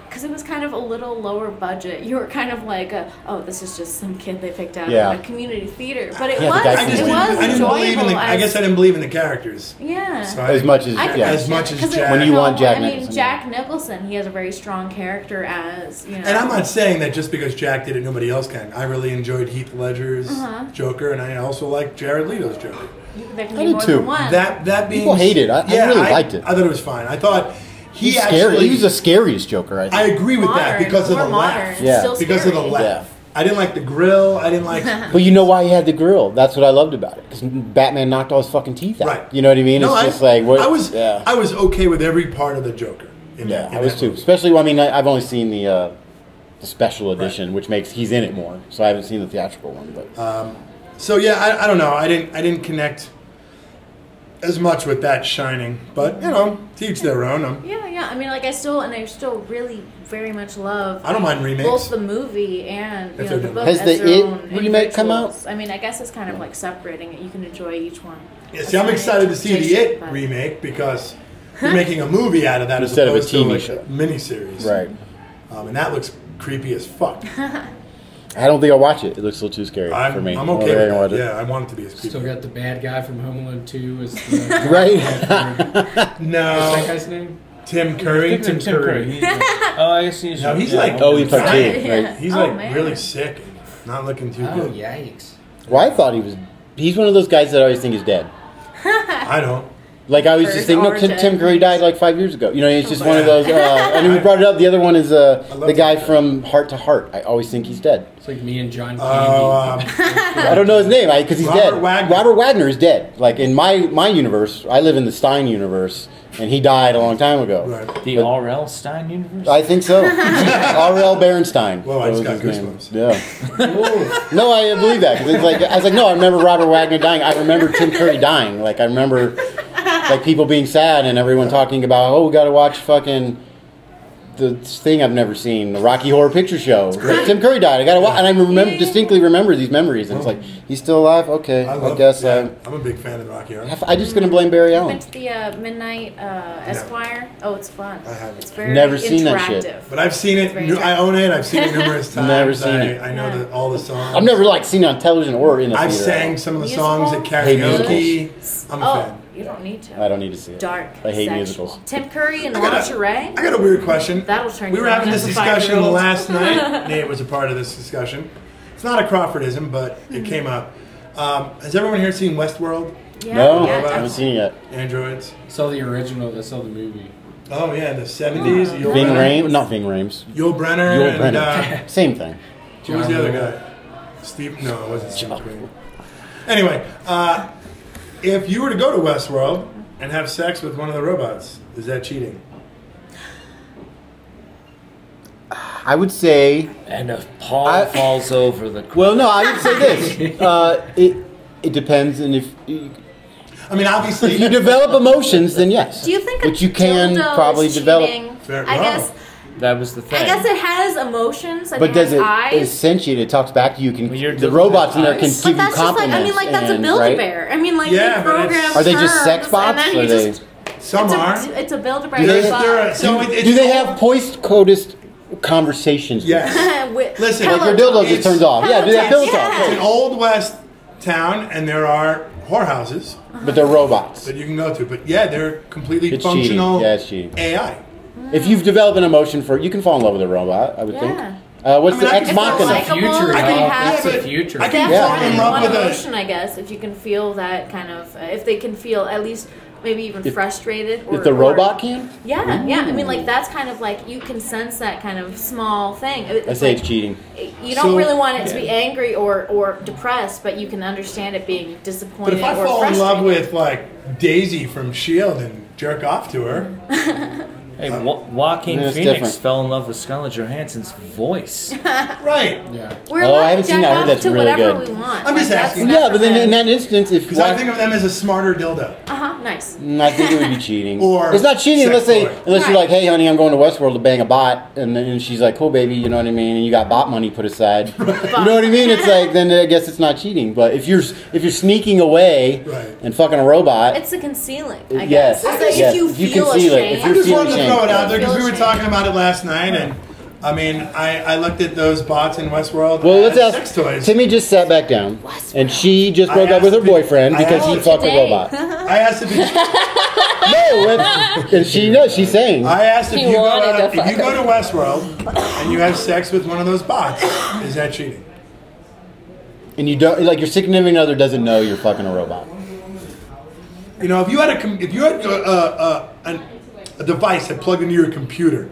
Speaker 7: because it was kind of a little lower budget. You were kind of like, uh oh, this is just some kid they picked out
Speaker 8: Yeah.
Speaker 7: of a community theater, but it
Speaker 9: Yeah, the
Speaker 7: was
Speaker 9: guy
Speaker 7: it
Speaker 9: from- I just
Speaker 7: was
Speaker 9: didn't-
Speaker 8: I didn't believe in the.
Speaker 7: enjoyable
Speaker 8: I
Speaker 7: as-
Speaker 8: guess I didn't believe in the characters.
Speaker 7: yeah.
Speaker 8: So I-
Speaker 9: As much as
Speaker 7: I can
Speaker 9: yeah.
Speaker 8: as much as
Speaker 7: 'Cause it-
Speaker 8: Jack.
Speaker 9: When you
Speaker 7: no,
Speaker 9: want Jack
Speaker 7: I mean,
Speaker 9: Nicholson.
Speaker 7: Jack Nicholson. He has a very strong character as you know.
Speaker 8: And I'm not saying that just because Jack did it, nobody else can. I really enjoyed Heath Ledger's
Speaker 7: Uh-huh.
Speaker 8: Joker, and I also liked Jared Leto's Joker.
Speaker 7: There can be more than one.
Speaker 8: That that being
Speaker 9: People hate it. I- I really liked it.
Speaker 8: I thought it was fine. I thought he
Speaker 9: He's
Speaker 8: actually.
Speaker 9: scary. he was the scariest Joker. I think.
Speaker 8: I agree with that
Speaker 7: Modern,
Speaker 8: because of the
Speaker 7: more modern,
Speaker 8: laugh.
Speaker 7: it's Yeah. still
Speaker 8: because of the
Speaker 7: scary.
Speaker 8: laugh. I didn't like the grill. I didn't like.
Speaker 9: But you know why he had the grill? That's what I loved about it. Because Batman knocked all his fucking teeth out.
Speaker 8: Right.
Speaker 9: You know what I mean?
Speaker 8: No,
Speaker 9: it's
Speaker 8: I-
Speaker 9: just like what,
Speaker 8: I was
Speaker 9: Yeah,
Speaker 8: I was okay with every part of the Joker. In
Speaker 9: yeah.
Speaker 8: that, in
Speaker 9: I was
Speaker 8: that
Speaker 9: too. Especially, well, I mean, I, I've only seen the uh, the special edition, which makes he's in it more. So I haven't seen the theatrical one, but.
Speaker 8: Um, so yeah, I, I don't know. I didn't I didn't connect as much with that shining, but you know, teach their own. Um,
Speaker 7: Yeah, yeah. I mean, like I still and I still really very much love.
Speaker 8: I don't mind remakes.
Speaker 7: Both the movie and you know,
Speaker 8: If they're
Speaker 7: the
Speaker 8: done.
Speaker 7: book
Speaker 9: Has
Speaker 7: as
Speaker 9: the
Speaker 7: their
Speaker 9: It
Speaker 7: own
Speaker 9: remake come out?
Speaker 7: individuals. I mean, I guess it's kind of like separating it. You can enjoy each one.
Speaker 8: Yeah, see, I'm excited to see the It remake because they're making a movie out of that
Speaker 9: Instead
Speaker 8: as
Speaker 9: of a
Speaker 8: opposed
Speaker 9: TV
Speaker 8: to like a miniseries,
Speaker 9: Right.
Speaker 8: Um, and that looks creepy as fuck.
Speaker 9: I don't think I'll watch it. It looks a little too scary
Speaker 8: I'm,
Speaker 9: for me.
Speaker 8: I'm
Speaker 9: I don't
Speaker 8: okay
Speaker 9: think I can
Speaker 8: with
Speaker 9: watch
Speaker 8: that.
Speaker 9: it.
Speaker 8: Yeah, I want it to be as creepy.
Speaker 10: Still got the bad guy from Home Alone 2 as the.
Speaker 9: Right.
Speaker 8: no.
Speaker 10: What's that guy's name?
Speaker 8: Tim Curry.
Speaker 10: Tim Curry.
Speaker 8: He's like-
Speaker 6: oh, I guess he's.
Speaker 8: no, he's
Speaker 6: yeah.
Speaker 8: like
Speaker 9: Oh, he played
Speaker 8: sick.
Speaker 9: too, right.
Speaker 8: He's
Speaker 6: Oh,
Speaker 8: like
Speaker 6: man.
Speaker 8: really sick, and not looking too
Speaker 10: Oh,
Speaker 8: good.
Speaker 10: yikes!
Speaker 9: Well, I thought he was. He's one of those guys that I always think is dead. I
Speaker 8: don't.
Speaker 9: Like I always just think, no, Tim, Tim Curry died like five years ago. You know, it's just one of those. Uh, and we brought it up. The other one is uh, the guy from Heart to Heart. I always think he's dead.
Speaker 10: It's like me and John.
Speaker 8: Uh,
Speaker 9: Oh, I don't know his name because he's
Speaker 8: Robert
Speaker 9: dead. Robert Wagner is dead. Like in my my universe, I live in the Stein universe, and he died a long time ago.
Speaker 6: The R.L. Stein universe?
Speaker 9: I think so. R.L. Berenstein.
Speaker 8: Whoa, I
Speaker 9: That
Speaker 8: just got
Speaker 9: was his name. Yeah. no, I believe that. 'cause it's like I was like, no, I remember Robert Wagner dying. I remember Tim Curry dying. Like I remember, like people being sad and everyone talking about, oh, we got to watch fucking the thing I've never seen, the Rocky Horror Picture Show. Like, Tim Curry died. I got to watch, and I remember distinctly remember these memories. And it's like he's still alive. Okay, I,
Speaker 8: love-
Speaker 9: guess uh,
Speaker 8: yeah, I'm a big fan of the Rocky Horror.
Speaker 9: I. I'm just gonna blame Barry
Speaker 7: I
Speaker 9: Allen.
Speaker 7: went to the uh, Midnight uh, Esquire. Oh, it's fun. I
Speaker 8: haven't.
Speaker 7: It's very
Speaker 9: Never seen that shit.
Speaker 7: interactive.
Speaker 8: But I've seen it.
Speaker 7: very
Speaker 8: nu- I own it. I've seen it numerous times.
Speaker 9: Never seen
Speaker 8: I,
Speaker 9: it.
Speaker 8: I know the, all the songs.
Speaker 9: I've never like seen it on television or in a
Speaker 8: I've
Speaker 9: theater.
Speaker 8: sang some of the songs at
Speaker 9: Hey,
Speaker 8: karaoke. I'm a
Speaker 7: oh,
Speaker 8: fan.
Speaker 7: you don't need to.
Speaker 9: I don't need to see it.
Speaker 7: Dark.
Speaker 9: I hate
Speaker 7: sexual.
Speaker 9: musicals.
Speaker 7: Tim Curry and
Speaker 8: I got a-
Speaker 7: lingerie.
Speaker 8: I got a weird question.
Speaker 7: That'll turn.
Speaker 8: We
Speaker 7: you
Speaker 8: were
Speaker 7: on
Speaker 8: having this
Speaker 7: as a
Speaker 8: discussion
Speaker 7: five-year-old.
Speaker 8: last night. Nate was a part of this discussion. It's not a Crawfordism, but it
Speaker 7: Mhm.
Speaker 8: came up. Um, has everyone here seen Westworld?
Speaker 7: Yeah,
Speaker 9: No, yeah, I haven't seen it yet.
Speaker 8: Androids.
Speaker 9: uh,
Speaker 10: Saw the original. I saw the movie.
Speaker 8: Oh yeah, the seventies.
Speaker 9: Ving Rhames, not Ving Rhames.
Speaker 8: Yul Brenner
Speaker 9: Yul
Speaker 8: and,
Speaker 9: Brynner.
Speaker 8: uh,
Speaker 9: Same thing.
Speaker 8: Who was the other guy? Steve? No, it wasn't Steve Green. Anyway, uh, if you were to go to Westworld and have sex with one of the robots, is that cheating?
Speaker 9: I would say.
Speaker 6: And if Paul falls over the.
Speaker 9: Well, no, I would say this. Uh, it it depends, and if
Speaker 8: I mean, obviously,
Speaker 9: if you develop emotions, then yes.
Speaker 7: Do you think a
Speaker 9: But you can
Speaker 7: dildo
Speaker 9: probably
Speaker 7: is
Speaker 9: develop.
Speaker 7: cheating? I guess.
Speaker 6: That was the thing.
Speaker 7: I guess it has emotions. And
Speaker 9: But does it
Speaker 7: eyes.
Speaker 9: essentiate? It talks back to you. Can the robots in there can
Speaker 7: but
Speaker 9: give you
Speaker 7: that's just like
Speaker 9: compliments?
Speaker 7: I mean, like that's
Speaker 9: and-
Speaker 7: a Build a
Speaker 9: right?
Speaker 7: Bear. I mean, like
Speaker 9: Yeah,
Speaker 7: they
Speaker 9: but it's-
Speaker 7: program
Speaker 9: Are they just sex
Speaker 7: terms,
Speaker 9: bots,
Speaker 7: And
Speaker 9: or
Speaker 7: then you
Speaker 9: they-
Speaker 7: just,
Speaker 8: Some
Speaker 7: it's
Speaker 8: are.
Speaker 7: A, it's a Build a Bear.
Speaker 9: Do they, do- do they have poist codist conversations?
Speaker 8: Listen,
Speaker 9: like your dildo just turns off. Yeah, do that pillow
Speaker 8: It's
Speaker 9: talk.
Speaker 8: an old west town, and there are whorehouses.
Speaker 9: But they're robots
Speaker 8: that you can go to. But yeah, they're completely
Speaker 9: It's
Speaker 8: functional
Speaker 9: cheating. Yeah, it's cheating.
Speaker 8: AI.
Speaker 9: If you've developed an emotion for, you can fall in love with a robot. I would think. Uh, what's
Speaker 8: I mean,
Speaker 9: the
Speaker 8: I
Speaker 9: ex
Speaker 8: can-
Speaker 9: machina?
Speaker 8: It's a future,
Speaker 7: I can
Speaker 8: y'all.
Speaker 7: have
Speaker 8: It's a future. I can
Speaker 7: That's
Speaker 9: fall
Speaker 7: only
Speaker 9: in love
Speaker 7: one
Speaker 9: with a-
Speaker 7: emotion, I guess, if you can feel that kind of, uh, if they can feel at least maybe even
Speaker 9: If-
Speaker 7: frustrated. Or,
Speaker 9: if the
Speaker 7: or-
Speaker 9: robot can?
Speaker 7: Yeah, yeah. I mean,
Speaker 9: Ooh.
Speaker 7: like that's kind of like you can sense that kind of small thing. It-
Speaker 9: I
Speaker 7: it's
Speaker 9: say
Speaker 7: like,
Speaker 9: it's cheating.
Speaker 7: You don't
Speaker 9: So-
Speaker 7: really want it to be
Speaker 9: Yeah.
Speaker 7: angry or, or depressed, but you can understand it being
Speaker 8: But
Speaker 7: disappointed
Speaker 8: if I
Speaker 7: or
Speaker 8: fall in
Speaker 7: frustrated.
Speaker 8: love with like Daisy from Shield E and jerk off to her,
Speaker 6: Hey, Wa- Joaquin
Speaker 8: It's
Speaker 6: Phoenix
Speaker 8: different.
Speaker 6: fell in love with Scarlett Johansson's voice.
Speaker 8: right?
Speaker 10: Yeah.
Speaker 7: We're
Speaker 6: Oh, I
Speaker 7: allowed
Speaker 6: haven't
Speaker 7: to
Speaker 6: seen
Speaker 7: jack
Speaker 6: that. I heard
Speaker 7: off
Speaker 6: that's
Speaker 7: to
Speaker 6: really
Speaker 7: whatever
Speaker 6: good.
Speaker 7: we want.
Speaker 8: I'm just
Speaker 7: Like,
Speaker 8: asking.
Speaker 9: Yeah, but then in that instance, if
Speaker 8: because I think of them as a smarter dildo.
Speaker 7: Uh huh. Nice.
Speaker 9: Mm, I think it would be cheating.
Speaker 8: Or
Speaker 9: it's not cheating
Speaker 8: sex
Speaker 9: unless they
Speaker 8: toy.
Speaker 9: unless you're like, hey, honey, I'm going to Westworld to bang a bot, and then and she's like, cool, baby, you know what I mean, and you got bot money put aside. you know what I mean? It's like then I guess it's not cheating. But if you're if you're sneaking away and fucking a robot,
Speaker 7: It's the concealing, I
Speaker 9: Yes,
Speaker 7: guess. It's like
Speaker 9: yes.
Speaker 7: if you
Speaker 9: If you
Speaker 7: feel
Speaker 9: conceal it,
Speaker 7: ashamed.
Speaker 9: if
Speaker 8: I
Speaker 9: you're
Speaker 8: just
Speaker 9: feeling
Speaker 8: wanted to
Speaker 9: ashamed.
Speaker 8: throw it out there because we were
Speaker 7: Feeling
Speaker 8: talking about it last night, and I mean, I, I looked at those bots in Westworld.
Speaker 9: Well,
Speaker 8: as
Speaker 9: let's
Speaker 8: sex
Speaker 9: ask.
Speaker 8: toys.
Speaker 9: Timmy just sat back down, and she just broke up with her boyfriend
Speaker 8: I
Speaker 9: because
Speaker 8: asked
Speaker 9: he
Speaker 8: if-
Speaker 9: fucked a robot.
Speaker 8: I asked if you,
Speaker 9: no, and- and she knows she's saying.
Speaker 8: I asked if
Speaker 9: He
Speaker 8: you go
Speaker 9: wanted
Speaker 8: out,
Speaker 9: to
Speaker 8: if you
Speaker 9: fuck
Speaker 8: go to Westworld and you have sex with one of those bots, is that cheating?
Speaker 9: and you don't like your significant other doesn't know you're fucking a robot.
Speaker 8: You know, if you had a com- if you had a, a, a, an, a device that plugged into your computer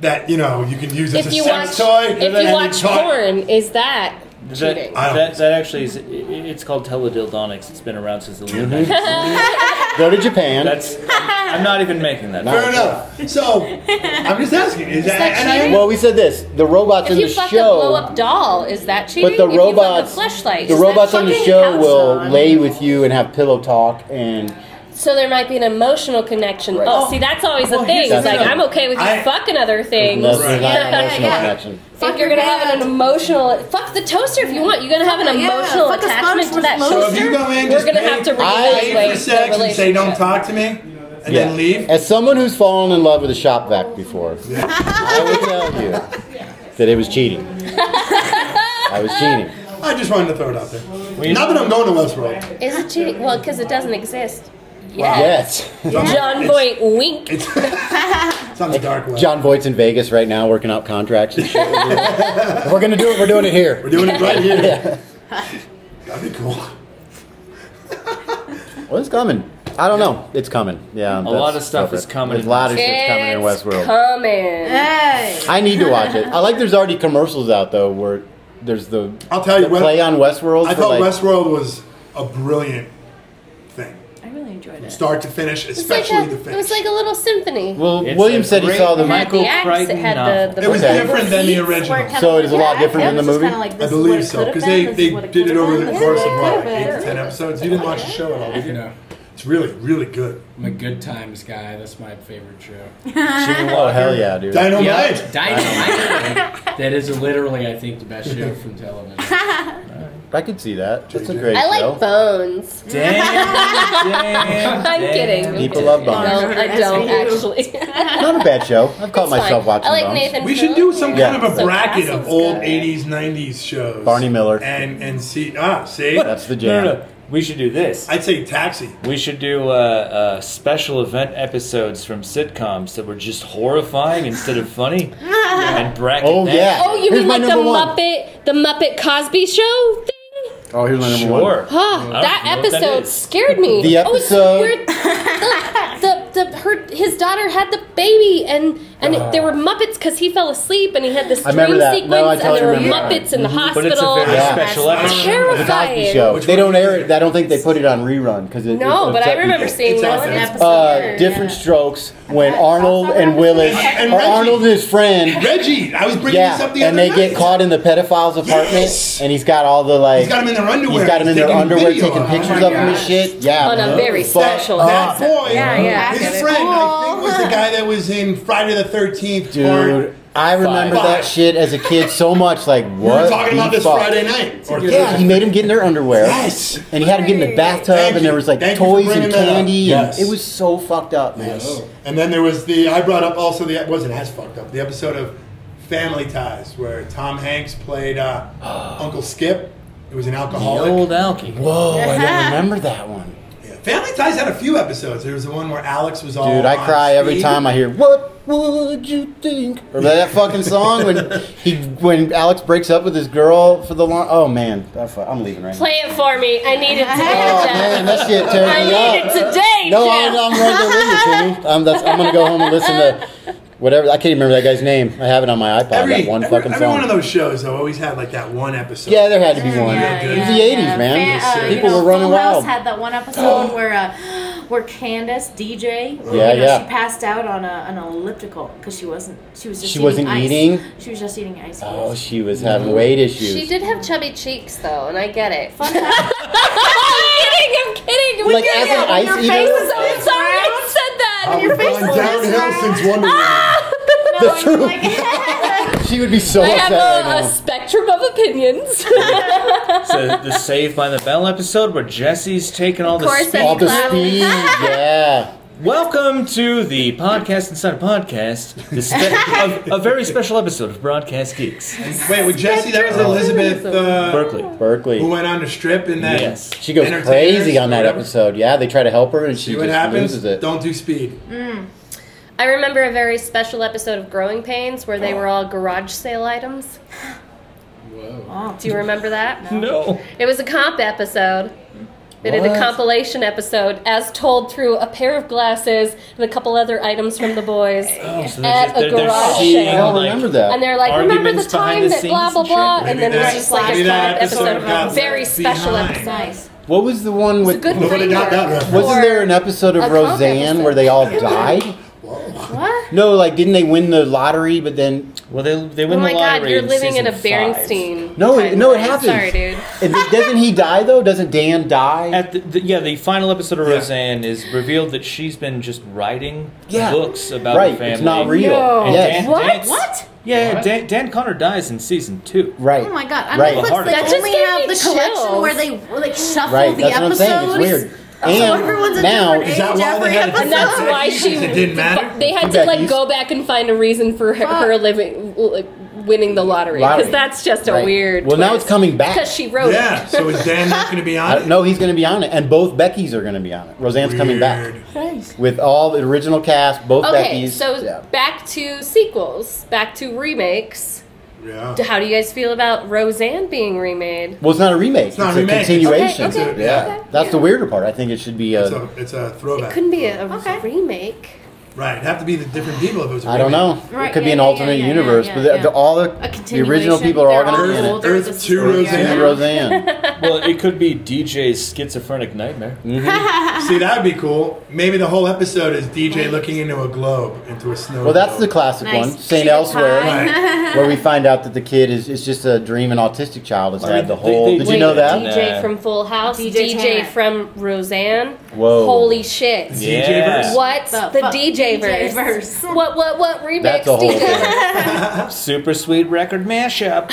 Speaker 8: that you know you can use as
Speaker 11: if
Speaker 8: a
Speaker 11: you watch,
Speaker 8: sex toy,
Speaker 11: if
Speaker 8: and
Speaker 11: you
Speaker 8: it
Speaker 11: watch
Speaker 8: taught-
Speaker 11: porn, is that
Speaker 6: That,
Speaker 11: cheating?
Speaker 6: that, that actually is. i- i- It's called teledildonics. It's been around since the late 90s.
Speaker 9: Go to Japan.
Speaker 6: That's. I'm not even making that.
Speaker 9: Fair
Speaker 6: up.
Speaker 8: enough. So I'm just asking. Is,
Speaker 11: that that- and I- cheating?
Speaker 9: well, we said this: the robots
Speaker 11: if
Speaker 9: in the
Speaker 11: you
Speaker 9: show.
Speaker 11: fuck a blow up doll, is that cheating?
Speaker 9: But the
Speaker 11: If you fuck
Speaker 9: robots,
Speaker 11: a fleshlight,
Speaker 9: the
Speaker 11: is
Speaker 9: robots
Speaker 11: that
Speaker 9: on the
Speaker 11: cheating?
Speaker 9: show will lay with you and have pillow talk, and
Speaker 11: So there might be an emotional connection.
Speaker 9: Right.
Speaker 11: Oh, see, that's always
Speaker 9: Well,
Speaker 11: the thing.
Speaker 9: here's
Speaker 11: It's
Speaker 9: the
Speaker 11: like
Speaker 9: thing.
Speaker 11: I'm okay with you
Speaker 9: I-
Speaker 11: fucking other things.
Speaker 9: that's not an emotional connection.
Speaker 11: If you're gonna have an emotional, fuck the toaster if you want. You're gonna have an
Speaker 7: Yeah,
Speaker 11: emotional
Speaker 7: fuck a
Speaker 11: attachment to
Speaker 7: SpongeBob
Speaker 11: that
Speaker 8: so if
Speaker 11: toaster.
Speaker 8: you go in,
Speaker 11: we're
Speaker 8: just
Speaker 11: gonna
Speaker 8: pay-
Speaker 11: have to
Speaker 8: pay for
Speaker 11: reevaluate the
Speaker 8: sex and say
Speaker 11: relationship.
Speaker 8: don't talk to me, and then leave.
Speaker 9: As someone who's fallen in love with a shop vac before, I would tell you that it was cheating. I was cheating.
Speaker 8: I just wanted to throw it out there. Not that I'm going to Westworld.
Speaker 11: Is it cheating? Well, because it doesn't exist.
Speaker 9: Yes.
Speaker 11: John Voight, wink.
Speaker 8: It's on the dark web.
Speaker 9: John Voight's in Vegas right now working out contracts and shit. If we're gonna do it. We're doing it here. We're
Speaker 8: doing it right here. That'd be cool.
Speaker 9: Well, it's coming. I don't know. It's coming. Yeah.
Speaker 6: A lot
Speaker 9: that's
Speaker 6: of stuff
Speaker 9: appropriate.
Speaker 6: is coming.
Speaker 9: There's A lot of shit's coming in
Speaker 11: It's
Speaker 9: Westworld.
Speaker 11: Coming.
Speaker 9: I need to watch it. I like there's already commercials out though where there's the
Speaker 8: I'll tell you
Speaker 9: the
Speaker 8: Wes-
Speaker 9: play on Westworld.
Speaker 8: I
Speaker 9: for,
Speaker 8: thought
Speaker 9: like,
Speaker 8: Westworld was a brilliant thing,
Speaker 7: I really enjoyed
Speaker 8: from
Speaker 7: it.
Speaker 8: start to finish,
Speaker 11: It's like a,
Speaker 8: especially the
Speaker 11: it
Speaker 8: finish.
Speaker 11: was like a little symphony.
Speaker 9: Well, William said he saw the
Speaker 11: It had the acts, it had the- the-
Speaker 8: it was
Speaker 9: Okay.
Speaker 8: different than the original.
Speaker 9: So it is a lot
Speaker 7: Yeah,
Speaker 9: different
Speaker 7: it
Speaker 9: than the
Speaker 7: was just
Speaker 9: movie.
Speaker 7: kinda like,
Speaker 8: I
Speaker 7: this is what
Speaker 8: believe
Speaker 7: it
Speaker 8: so
Speaker 7: could've
Speaker 8: because
Speaker 7: been,
Speaker 8: they,
Speaker 7: this is
Speaker 8: they
Speaker 7: what it
Speaker 8: did it
Speaker 7: could've
Speaker 8: over
Speaker 7: been,
Speaker 8: the
Speaker 7: this is
Speaker 8: course
Speaker 7: what
Speaker 8: of
Speaker 7: it
Speaker 8: what
Speaker 7: could've
Speaker 8: like, eight to
Speaker 7: been.
Speaker 8: ten episodes. You didn't watch the show at all. did
Speaker 10: You
Speaker 8: you?
Speaker 10: know,
Speaker 8: It's really really good.
Speaker 10: I'm a good times guy. That's my favorite show.
Speaker 9: Oh hell yeah, dude!
Speaker 8: Dynamite.
Speaker 10: Yep, Dynamite. that is literally, I think, the best show from television.
Speaker 9: I could see that. It's a great
Speaker 11: I like
Speaker 9: show.
Speaker 11: bones. I'm kidding.
Speaker 9: People love
Speaker 11: No,
Speaker 9: Bones.
Speaker 11: I don't actually.
Speaker 9: Not a bad show. I've caught
Speaker 11: It's fine.
Speaker 9: myself watching
Speaker 11: I like
Speaker 9: Bones.
Speaker 11: Nathan.
Speaker 8: We should do some
Speaker 9: Yeah.
Speaker 8: kind of a
Speaker 11: So
Speaker 8: bracket of
Speaker 11: Castle's
Speaker 8: old
Speaker 11: good.
Speaker 8: '80s, '90s shows.
Speaker 9: Barney Miller.
Speaker 8: and and see ah see
Speaker 9: That's the
Speaker 6: No,
Speaker 9: jam.
Speaker 6: no, no. We should do this.
Speaker 8: I'd say Taxi.
Speaker 6: We should do uh, uh, special event episodes from sitcoms that were just horrifying instead of funny, and bracket.
Speaker 9: Oh
Speaker 6: that.
Speaker 9: yeah.
Speaker 11: Oh, you
Speaker 9: Here's
Speaker 11: mean
Speaker 9: my
Speaker 11: like the
Speaker 9: number one.
Speaker 11: Muppet, the Muppet Cosby Show thing?
Speaker 9: Oh, here's my number
Speaker 6: Sure.
Speaker 9: one.
Speaker 11: Oh, that
Speaker 6: know what that
Speaker 11: episode
Speaker 6: is.
Speaker 11: scared me.
Speaker 9: The episode-
Speaker 11: Oh, it's where the, the, the her his daughter had the baby and and it, there were Muppets because he fell asleep and he had this
Speaker 9: Ah. I
Speaker 11: dream
Speaker 9: remember that. No,
Speaker 11: sequence
Speaker 9: I
Speaker 11: and
Speaker 9: totally
Speaker 11: there were
Speaker 9: remember that.
Speaker 11: Muppets in the
Speaker 6: But it's a
Speaker 11: hospital.
Speaker 6: very
Speaker 9: Yeah.
Speaker 6: special episode.
Speaker 9: The Cosby
Speaker 11: Terrifying.
Speaker 9: Show. They don't air it. I don't think they put it on rerun because it.
Speaker 11: No,
Speaker 9: it
Speaker 11: but I
Speaker 9: upset
Speaker 11: remember
Speaker 9: people.
Speaker 11: seeing
Speaker 8: It's
Speaker 11: that
Speaker 8: awesome.
Speaker 11: one
Speaker 8: It's
Speaker 11: episode.
Speaker 9: Uh, different strokes when Arnold and Willis,
Speaker 8: And
Speaker 9: or
Speaker 8: Reggie.
Speaker 9: Arnold and his friend,
Speaker 8: Reggie, I was bringing this
Speaker 9: yeah,
Speaker 8: up the
Speaker 9: and
Speaker 8: other
Speaker 9: they
Speaker 8: night.
Speaker 9: get caught in the pedophile's apartment,
Speaker 8: Yes.
Speaker 9: and he's got all the like,
Speaker 8: He's got 'em in their underwear.
Speaker 9: he's got 'em in their
Speaker 8: Taking
Speaker 9: underwear,
Speaker 8: video
Speaker 9: taking
Speaker 8: of 'em.
Speaker 9: pictures
Speaker 8: Oh
Speaker 9: of
Speaker 8: my
Speaker 9: him and
Speaker 8: gosh.
Speaker 9: shit. Yeah,
Speaker 11: On a very
Speaker 9: fuck
Speaker 11: special
Speaker 8: That
Speaker 11: episode.
Speaker 8: uh, boy,
Speaker 11: Yeah, yeah.
Speaker 8: his
Speaker 11: Activist.
Speaker 8: friend, I think, was the guy that was in Friday the Thirteenth.
Speaker 9: dude. I remember
Speaker 8: Five.
Speaker 9: that shit as a kid so much. Like what?
Speaker 8: we were talking
Speaker 9: the
Speaker 8: about this
Speaker 9: fuck?
Speaker 8: Friday night. Or
Speaker 9: Yeah, he
Speaker 8: Thursday.
Speaker 9: made him get in their underwear.
Speaker 8: Yes.
Speaker 9: And he had him get in the bathtub,
Speaker 8: Thank
Speaker 9: and there
Speaker 8: you.
Speaker 9: was like
Speaker 8: Thank you for
Speaker 9: toys and
Speaker 8: bringing that up.
Speaker 9: candy. and
Speaker 8: Yes.
Speaker 9: It was so fucked up, man.
Speaker 8: Yes. And then there was the I brought up also the wasn't as fucked up the episode of Family Ties where Tom Hanks played uh, Uncle Skip. It was an alcoholic.
Speaker 6: Old Alky.
Speaker 9: Whoa, I don't remember that one.
Speaker 8: Yeah. Family Ties had a few episodes. There was the one where Alex was all.
Speaker 9: Dude, I
Speaker 8: on
Speaker 9: cry every
Speaker 8: speed.
Speaker 9: time I hear "What would you think?" Remember that fucking song when he when Alex breaks up with his girl for the long. Oh man, that fu- I'm leaving right now.
Speaker 11: Play it for me. I need it today,
Speaker 9: Oh
Speaker 11: Jeff.
Speaker 9: man, that shit
Speaker 11: I
Speaker 9: tears me
Speaker 11: need it
Speaker 9: up.
Speaker 11: today,
Speaker 9: No,
Speaker 11: Jeff.
Speaker 9: I'm, I'm right there with you, Timmy. I'm, that's, I'm gonna go home and listen to whatever. I can't even remember that guy's name. I have it on my iPod.
Speaker 8: Every,
Speaker 9: that one
Speaker 8: every,
Speaker 9: fucking
Speaker 8: every
Speaker 9: song.
Speaker 8: one of those shows though always had like that one episode.
Speaker 9: yeah, there had to be one.
Speaker 8: yeah,
Speaker 9: it was
Speaker 8: yeah,
Speaker 9: the '80s, man.
Speaker 7: Fan- uh,
Speaker 9: People
Speaker 7: you know,
Speaker 9: were running
Speaker 7: Full House
Speaker 9: wild.
Speaker 7: had that one episode where uh, where Candace DJ, you
Speaker 9: Yeah,
Speaker 7: know,
Speaker 9: yeah.
Speaker 7: she passed out on a, an elliptical because she wasn't she was just
Speaker 9: She
Speaker 7: eating
Speaker 9: wasn't
Speaker 7: ice.
Speaker 9: eating?
Speaker 7: She was just eating ice.
Speaker 9: Oh, she was having weight issues.
Speaker 11: She did have chubby cheeks though, and I get it. I'm kidding. I'm kidding. We
Speaker 9: Like,
Speaker 11: get
Speaker 9: as
Speaker 11: it.
Speaker 9: an ice
Speaker 11: Your
Speaker 9: eater? Oh,
Speaker 11: face is- I'm sorry I said that.
Speaker 8: I've gone downhill since Wonder Woman.
Speaker 9: That's true. she would be so
Speaker 11: I
Speaker 9: upset
Speaker 11: have
Speaker 9: right now.
Speaker 11: a, a spectrum of opinions.
Speaker 6: So the Saved by the Bell episode where Jesse's taking all the
Speaker 11: course,
Speaker 6: speed.
Speaker 11: that's-
Speaker 9: All the
Speaker 11: Clap.
Speaker 9: speed, yeah.
Speaker 6: Welcome to the podcast inside a podcast, the spe- a, a very special episode of Broadcast Geeks,
Speaker 8: Wait, with Jesse, that was Elizabeth uh,
Speaker 6: Berkeley.
Speaker 8: who
Speaker 9: Berkeley.
Speaker 8: went on to strip in that.
Speaker 6: Yes.
Speaker 9: She goes
Speaker 8: Entertainers
Speaker 9: crazy
Speaker 8: or
Speaker 9: on that
Speaker 8: whatever.
Speaker 9: episode. Yeah, they try to help her and she
Speaker 8: See what
Speaker 9: just
Speaker 8: happens?
Speaker 9: loses it.
Speaker 8: Don't do
Speaker 7: Mm.
Speaker 8: speed.
Speaker 11: I remember a very special episode of Growing Pains where they were all garage sale items.
Speaker 10: Whoa.
Speaker 7: Oh,
Speaker 11: Do you remember that?
Speaker 6: No.
Speaker 11: It was a comp episode. They did a
Speaker 6: What?
Speaker 11: compilation episode as told through a pair of glasses and a couple other items from the boys.
Speaker 6: Oh, so
Speaker 11: At a garage
Speaker 9: She- I
Speaker 11: Shane,
Speaker 9: don't
Speaker 6: like-
Speaker 9: remember that.
Speaker 11: And they're like, remember the
Speaker 6: Arguments behind
Speaker 11: time
Speaker 6: the
Speaker 11: that blah
Speaker 6: scenes and
Speaker 11: blah
Speaker 6: shit?
Speaker 11: blah, and then
Speaker 8: Maybe
Speaker 11: it's
Speaker 8: that-
Speaker 11: just like
Speaker 8: maybe
Speaker 11: a
Speaker 8: that
Speaker 11: comp
Speaker 8: episode
Speaker 11: episode,
Speaker 8: got
Speaker 11: very
Speaker 8: left
Speaker 11: special
Speaker 8: behind.
Speaker 11: episode.
Speaker 7: nice.
Speaker 9: what was the one
Speaker 11: It's a
Speaker 9: with?
Speaker 11: good
Speaker 8: Nobody got that
Speaker 11: framework
Speaker 8: reference.
Speaker 9: Wasn't
Speaker 11: for-
Speaker 9: there an episode
Speaker 11: a
Speaker 9: of
Speaker 11: cop
Speaker 9: Roseanne
Speaker 11: episode.
Speaker 9: where they all died?
Speaker 7: What?
Speaker 9: No, like didn't they win the lottery? But then
Speaker 6: Well, they, they
Speaker 11: Oh
Speaker 6: win
Speaker 11: my
Speaker 6: the lottery
Speaker 11: god, you're living in a
Speaker 6: season five.
Speaker 11: Bernstein.
Speaker 9: no, it, no, it
Speaker 11: timeline.
Speaker 9: happens.
Speaker 11: Sorry, dude.
Speaker 9: And then- doesn't he die though? Doesn't Dan die?
Speaker 6: At the, the, yeah, the final episode of
Speaker 8: Yeah.
Speaker 6: Roseanne is revealed that she's been just writing
Speaker 9: Yeah.
Speaker 6: books about
Speaker 9: right,
Speaker 6: her family.
Speaker 9: it's not real.
Speaker 6: And
Speaker 9: Yes.
Speaker 6: Dan, Dan-
Speaker 7: What?
Speaker 6: Yeah, yeah,
Speaker 10: What?
Speaker 6: Dan, Dan Connor dies in season two.
Speaker 9: Right.
Speaker 7: Oh my god! On
Speaker 9: Right.
Speaker 7: Netflix,
Speaker 6: Hard
Speaker 7: they
Speaker 6: That
Speaker 11: just
Speaker 7: only
Speaker 11: gave
Speaker 7: have
Speaker 11: me
Speaker 7: the collection
Speaker 11: chills.
Speaker 7: where they like shuffle
Speaker 9: Right.
Speaker 7: the
Speaker 9: That's what I'm
Speaker 7: episodes.
Speaker 9: saying. It's weird. And
Speaker 7: So everyone's a
Speaker 9: now
Speaker 7: different
Speaker 8: Is that
Speaker 7: age
Speaker 8: why
Speaker 7: every
Speaker 8: they had a
Speaker 11: And that's
Speaker 7: episode.
Speaker 11: why she
Speaker 8: It didn't matter?
Speaker 11: They had to
Speaker 9: Back
Speaker 11: like
Speaker 9: east?
Speaker 11: go back and find a reason for her, her
Speaker 7: Fuck.
Speaker 11: living, like, winning the lottery
Speaker 9: Lottery.
Speaker 11: because that's just a
Speaker 9: Right.
Speaker 11: weird.
Speaker 9: Well, now it's coming back.
Speaker 11: because she wrote
Speaker 8: Yeah. So is Dan not going to be
Speaker 9: I
Speaker 8: on
Speaker 9: don't-
Speaker 8: it?
Speaker 9: no, he's going to be on it, and both Beckys are going to be on it. Roseanne's coming back
Speaker 8: Weird.
Speaker 9: with all the original cast, both
Speaker 11: it. Okay,
Speaker 9: Beckys.
Speaker 11: so
Speaker 9: yeah.
Speaker 11: back to sequels, back to remakes.
Speaker 8: Yeah.
Speaker 11: How do you guys feel about Roseanne being remade?
Speaker 9: Well, it's not a remake. It's,
Speaker 8: not
Speaker 9: a,
Speaker 8: a remake.
Speaker 9: continuation.
Speaker 11: Okay, okay,
Speaker 9: yeah,
Speaker 11: okay,
Speaker 9: that's
Speaker 11: yeah.
Speaker 9: the weirder part. I think it should be
Speaker 8: It's
Speaker 9: a.
Speaker 8: a, it's a throwback.
Speaker 11: Couldn't be a, a remake.
Speaker 8: right. It'd have to be the different people if it was a
Speaker 9: I don't know.
Speaker 8: remake.
Speaker 9: it
Speaker 11: Right,
Speaker 9: could be
Speaker 11: yeah,
Speaker 9: an
Speaker 11: yeah,
Speaker 9: alternate
Speaker 11: yeah, yeah,
Speaker 9: universe,
Speaker 11: yeah,
Speaker 9: but the,
Speaker 11: yeah.
Speaker 9: the- all the, the original
Speaker 7: continuation.
Speaker 9: people are all going
Speaker 7: They're
Speaker 9: to
Speaker 7: all
Speaker 9: be in it.
Speaker 7: older. Earth This
Speaker 8: two Roseanne.
Speaker 9: Two Roseanne.
Speaker 6: well, it could be DJ's schizophrenic nightmare.
Speaker 9: Mm-hmm.
Speaker 8: See, that'd be cool. Maybe the whole episode is DJ looking into a globe, into a snow.
Speaker 9: Well, that's
Speaker 8: globe.
Speaker 9: the classic
Speaker 7: Nice.
Speaker 9: one, St.
Speaker 7: She
Speaker 9: Elsewhere,
Speaker 7: died.
Speaker 8: Right.
Speaker 9: where we find out that the kid is, is just a dream and autistic child that's had the
Speaker 6: they-
Speaker 9: whole.
Speaker 6: they-
Speaker 9: did
Speaker 6: Wait,
Speaker 9: you know that?
Speaker 11: DJ
Speaker 6: Nah.
Speaker 11: from Full House,
Speaker 7: DJ
Speaker 11: DJ,
Speaker 7: Tanner.
Speaker 11: from Roseanne.
Speaker 9: Whoa.
Speaker 11: Holy shit.
Speaker 8: DJ-verse?
Speaker 11: What's the,
Speaker 7: The fuck
Speaker 11: DJ verse?
Speaker 7: DJ-verse.
Speaker 11: What what what remix
Speaker 9: That's a whole
Speaker 11: do you-
Speaker 9: thing.
Speaker 6: Super sweet record mashup.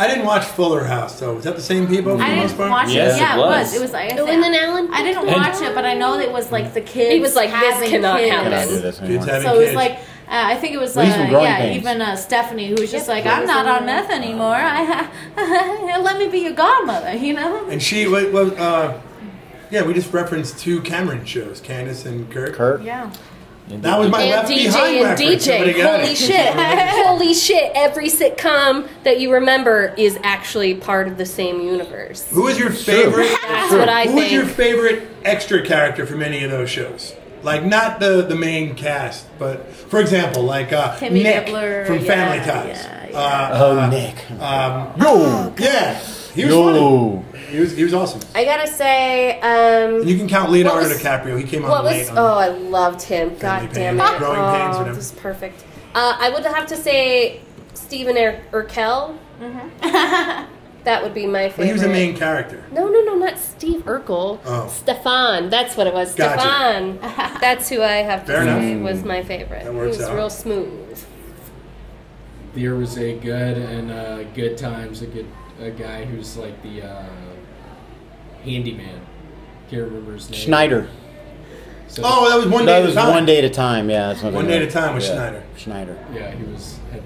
Speaker 8: I didn't watch Fuller House, though. Is that the same people for
Speaker 7: I
Speaker 8: the most
Speaker 7: didn't
Speaker 8: part?
Speaker 7: watch
Speaker 6: Yes,
Speaker 7: it.
Speaker 6: it
Speaker 7: Yeah, it
Speaker 6: was.
Speaker 7: was. It was. like I
Speaker 11: Oh,
Speaker 7: said-
Speaker 11: and then Alan
Speaker 7: I didn't
Speaker 11: Rickman.
Speaker 7: watch it, but I know it was like the kids.
Speaker 11: He was like, "This
Speaker 7: having
Speaker 11: cannot
Speaker 7: kids.
Speaker 11: happen."
Speaker 9: Cannot do this
Speaker 8: Kids
Speaker 9: anymore.
Speaker 8: having
Speaker 7: So it was
Speaker 8: kids.
Speaker 7: like uh, I think it was uh,
Speaker 9: Least with growing
Speaker 7: yeah
Speaker 9: pains.
Speaker 7: even uh, Stephanie who was just like I'm not on meth anymore. I let me be your godmother, you know.
Speaker 8: And she was, was uh, yeah, we just referenced two Cameron shows, Candace and Kirk.
Speaker 9: Kurt.
Speaker 7: Yeah.
Speaker 8: That was my
Speaker 11: and
Speaker 8: left behind
Speaker 11: DJ and
Speaker 8: reference.
Speaker 11: DJ.
Speaker 8: Somebody got
Speaker 11: Holy
Speaker 8: it.
Speaker 11: shit. Holy shit. Every sitcom that you remember is actually part of the same universe.
Speaker 8: Who was your favorite?
Speaker 11: That's what I
Speaker 8: who was your
Speaker 11: think.
Speaker 8: favorite extra character from any of those shows? Like not the the main cast, but for example, like uh,
Speaker 7: Timmy
Speaker 8: Nick
Speaker 7: Nibbler,
Speaker 8: from
Speaker 7: yeah,
Speaker 8: Family
Speaker 7: yeah,
Speaker 8: Ties.
Speaker 7: yeah.
Speaker 9: Oh,
Speaker 8: Uh,
Speaker 9: Nick.
Speaker 8: yo, yeah, he was
Speaker 9: Yo.
Speaker 8: funny. He was he was awesome.
Speaker 11: I gotta say, um,
Speaker 8: You can count Leonardo
Speaker 11: What was-
Speaker 8: DiCaprio. He came on
Speaker 11: What
Speaker 8: late.
Speaker 11: was?
Speaker 8: on-
Speaker 11: Oh, I loved him. God damn
Speaker 8: Pains,
Speaker 11: it!
Speaker 8: Growing Pains,
Speaker 11: Oh,
Speaker 8: whatever.
Speaker 11: this is perfect. Uh, I would have to say Stephen er- Urkel.
Speaker 7: Mm-hmm.
Speaker 11: that would be my favorite.
Speaker 8: But he was a main character.
Speaker 11: No, no, no, not Steve Urkel.
Speaker 8: Oh.
Speaker 11: Stefan. That's what it was.
Speaker 8: Gotcha.
Speaker 11: Stefan. That's who I have to
Speaker 8: Fair
Speaker 11: say
Speaker 8: enough.
Speaker 11: was my favorite.
Speaker 8: That works
Speaker 11: he was
Speaker 8: out.
Speaker 11: real smooth.
Speaker 10: There was a good and uh, good times a good a guy who's like the uh, handyman. Can't remember his name.
Speaker 9: Schneider.
Speaker 10: So-
Speaker 8: Oh, that was one day.
Speaker 9: That
Speaker 8: at a
Speaker 9: was
Speaker 8: time.
Speaker 9: one day at a time. Yeah, that's what
Speaker 8: One
Speaker 9: I
Speaker 8: Day at
Speaker 9: meant.
Speaker 8: a Time with
Speaker 9: Yeah,
Speaker 8: Schneider.
Speaker 9: Schneider.
Speaker 10: Yeah, he was had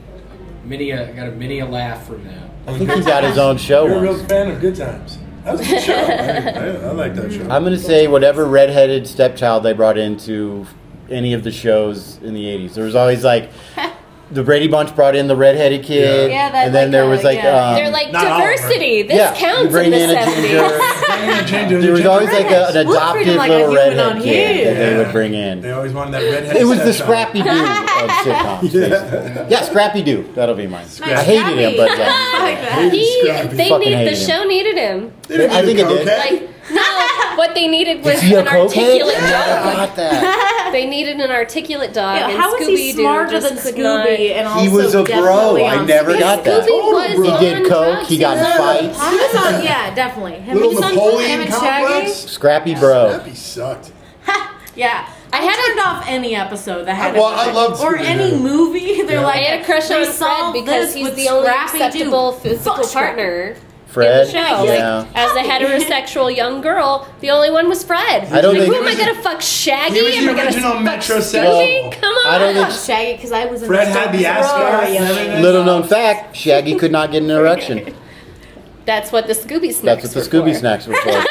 Speaker 10: many a, got a many a laugh from that.
Speaker 9: I think he got his own show.
Speaker 8: You're a real
Speaker 9: once.
Speaker 8: fan of Good Times. That was a good show. I, I, I like that show.
Speaker 9: I'm gonna say whatever redheaded stepchild they brought into any of the shows in the '80s. There was always like the Brady Bunch brought in the redheaded kid,
Speaker 7: Yeah, that,
Speaker 9: and then
Speaker 7: like,
Speaker 9: there
Speaker 7: uh,
Speaker 9: was like
Speaker 7: yeah.
Speaker 9: um,
Speaker 11: They're like
Speaker 8: not all of them.
Speaker 11: diversity. This
Speaker 9: yeah, you
Speaker 11: counts in
Speaker 9: bring
Speaker 11: the
Speaker 9: in a ginger.
Speaker 11: seventies.
Speaker 8: Ginger,
Speaker 9: There was
Speaker 8: ginger.
Speaker 9: always like a, an
Speaker 7: We'll treat him
Speaker 9: adoptive
Speaker 7: like a
Speaker 9: little
Speaker 7: human on
Speaker 9: redhead kid
Speaker 7: here.
Speaker 9: that they would
Speaker 8: Yeah.
Speaker 9: bring in.
Speaker 8: They always wanted that redhead.
Speaker 9: It was the Scrappy Doo of sitcoms. basically. Yeah, Scrappy Doo. That'll be mine.
Speaker 7: Nice
Speaker 9: I hated him,
Speaker 7: Scrappy.
Speaker 9: but uh, yeah.
Speaker 7: Like that.
Speaker 11: He,
Speaker 8: Scrappy.
Speaker 11: they
Speaker 9: Fucking
Speaker 11: need the
Speaker 9: hated him.
Speaker 11: show needed him.
Speaker 9: I think it did.
Speaker 11: Like no, what they needed was
Speaker 9: Is he a
Speaker 11: an
Speaker 9: cokehead?
Speaker 11: articulate
Speaker 9: Yeah,
Speaker 11: dog.
Speaker 9: I got that.
Speaker 11: They needed an articulate dog.
Speaker 7: Yeah,
Speaker 11: and
Speaker 7: how was he
Speaker 11: Scooby-Doo
Speaker 7: smarter
Speaker 11: just
Speaker 7: than
Speaker 11: could
Speaker 7: Scooby?
Speaker 11: Not.
Speaker 7: And also
Speaker 9: He was a
Speaker 7: definitely
Speaker 9: bro. I
Speaker 7: on
Speaker 9: never
Speaker 7: Scooby.
Speaker 9: got
Speaker 11: Scooby
Speaker 9: that.
Speaker 11: was
Speaker 9: He did
Speaker 11: on
Speaker 9: coke.
Speaker 11: drugs.
Speaker 9: He got in
Speaker 11: was-
Speaker 9: fights.
Speaker 7: He was on, yeah, definitely. Him,
Speaker 8: Little
Speaker 7: he was on Him
Speaker 8: Napoleon
Speaker 7: and Shaggy.
Speaker 8: complex.
Speaker 9: Scrappy bro.
Speaker 8: Scrappy sucked.
Speaker 7: Yeah. I
Speaker 11: had a-
Speaker 7: turned off any episode that had
Speaker 8: Uh, Well,
Speaker 7: a-
Speaker 8: I loved
Speaker 7: or
Speaker 8: Scooby-Doo.
Speaker 7: any movie. They're
Speaker 8: Yeah.
Speaker 7: like
Speaker 11: I had a crush on
Speaker 7: "We
Speaker 11: Fred
Speaker 7: solved
Speaker 11: because
Speaker 7: this
Speaker 11: he's
Speaker 7: with
Speaker 11: the only
Speaker 7: Scrappy Doo.
Speaker 11: acceptable
Speaker 7: Fuck
Speaker 11: physical
Speaker 7: Scrappy.
Speaker 11: partner
Speaker 9: Fred.
Speaker 11: in the show.
Speaker 9: Yeah.
Speaker 11: Like, as a heterosexual young girl, the only one was Fred.
Speaker 9: I don't
Speaker 11: like,
Speaker 9: think-
Speaker 11: who am I gonna fuck? Shaggy?
Speaker 8: He was
Speaker 11: am
Speaker 8: the
Speaker 11: I gonna
Speaker 8: original
Speaker 11: fuck
Speaker 8: metrosexual.
Speaker 11: Scooby? Come on.
Speaker 9: I don't
Speaker 7: I
Speaker 9: think
Speaker 7: love Shaggy because I was in
Speaker 8: Fred
Speaker 7: the
Speaker 8: had the ascot.
Speaker 7: sorority.
Speaker 8: and everything.
Speaker 9: Little known fact, Shaggy could not get an erection.
Speaker 11: That's what the Scooby snacks.
Speaker 9: That's what the
Speaker 11: were
Speaker 9: Scooby
Speaker 11: for.
Speaker 9: snacks were for.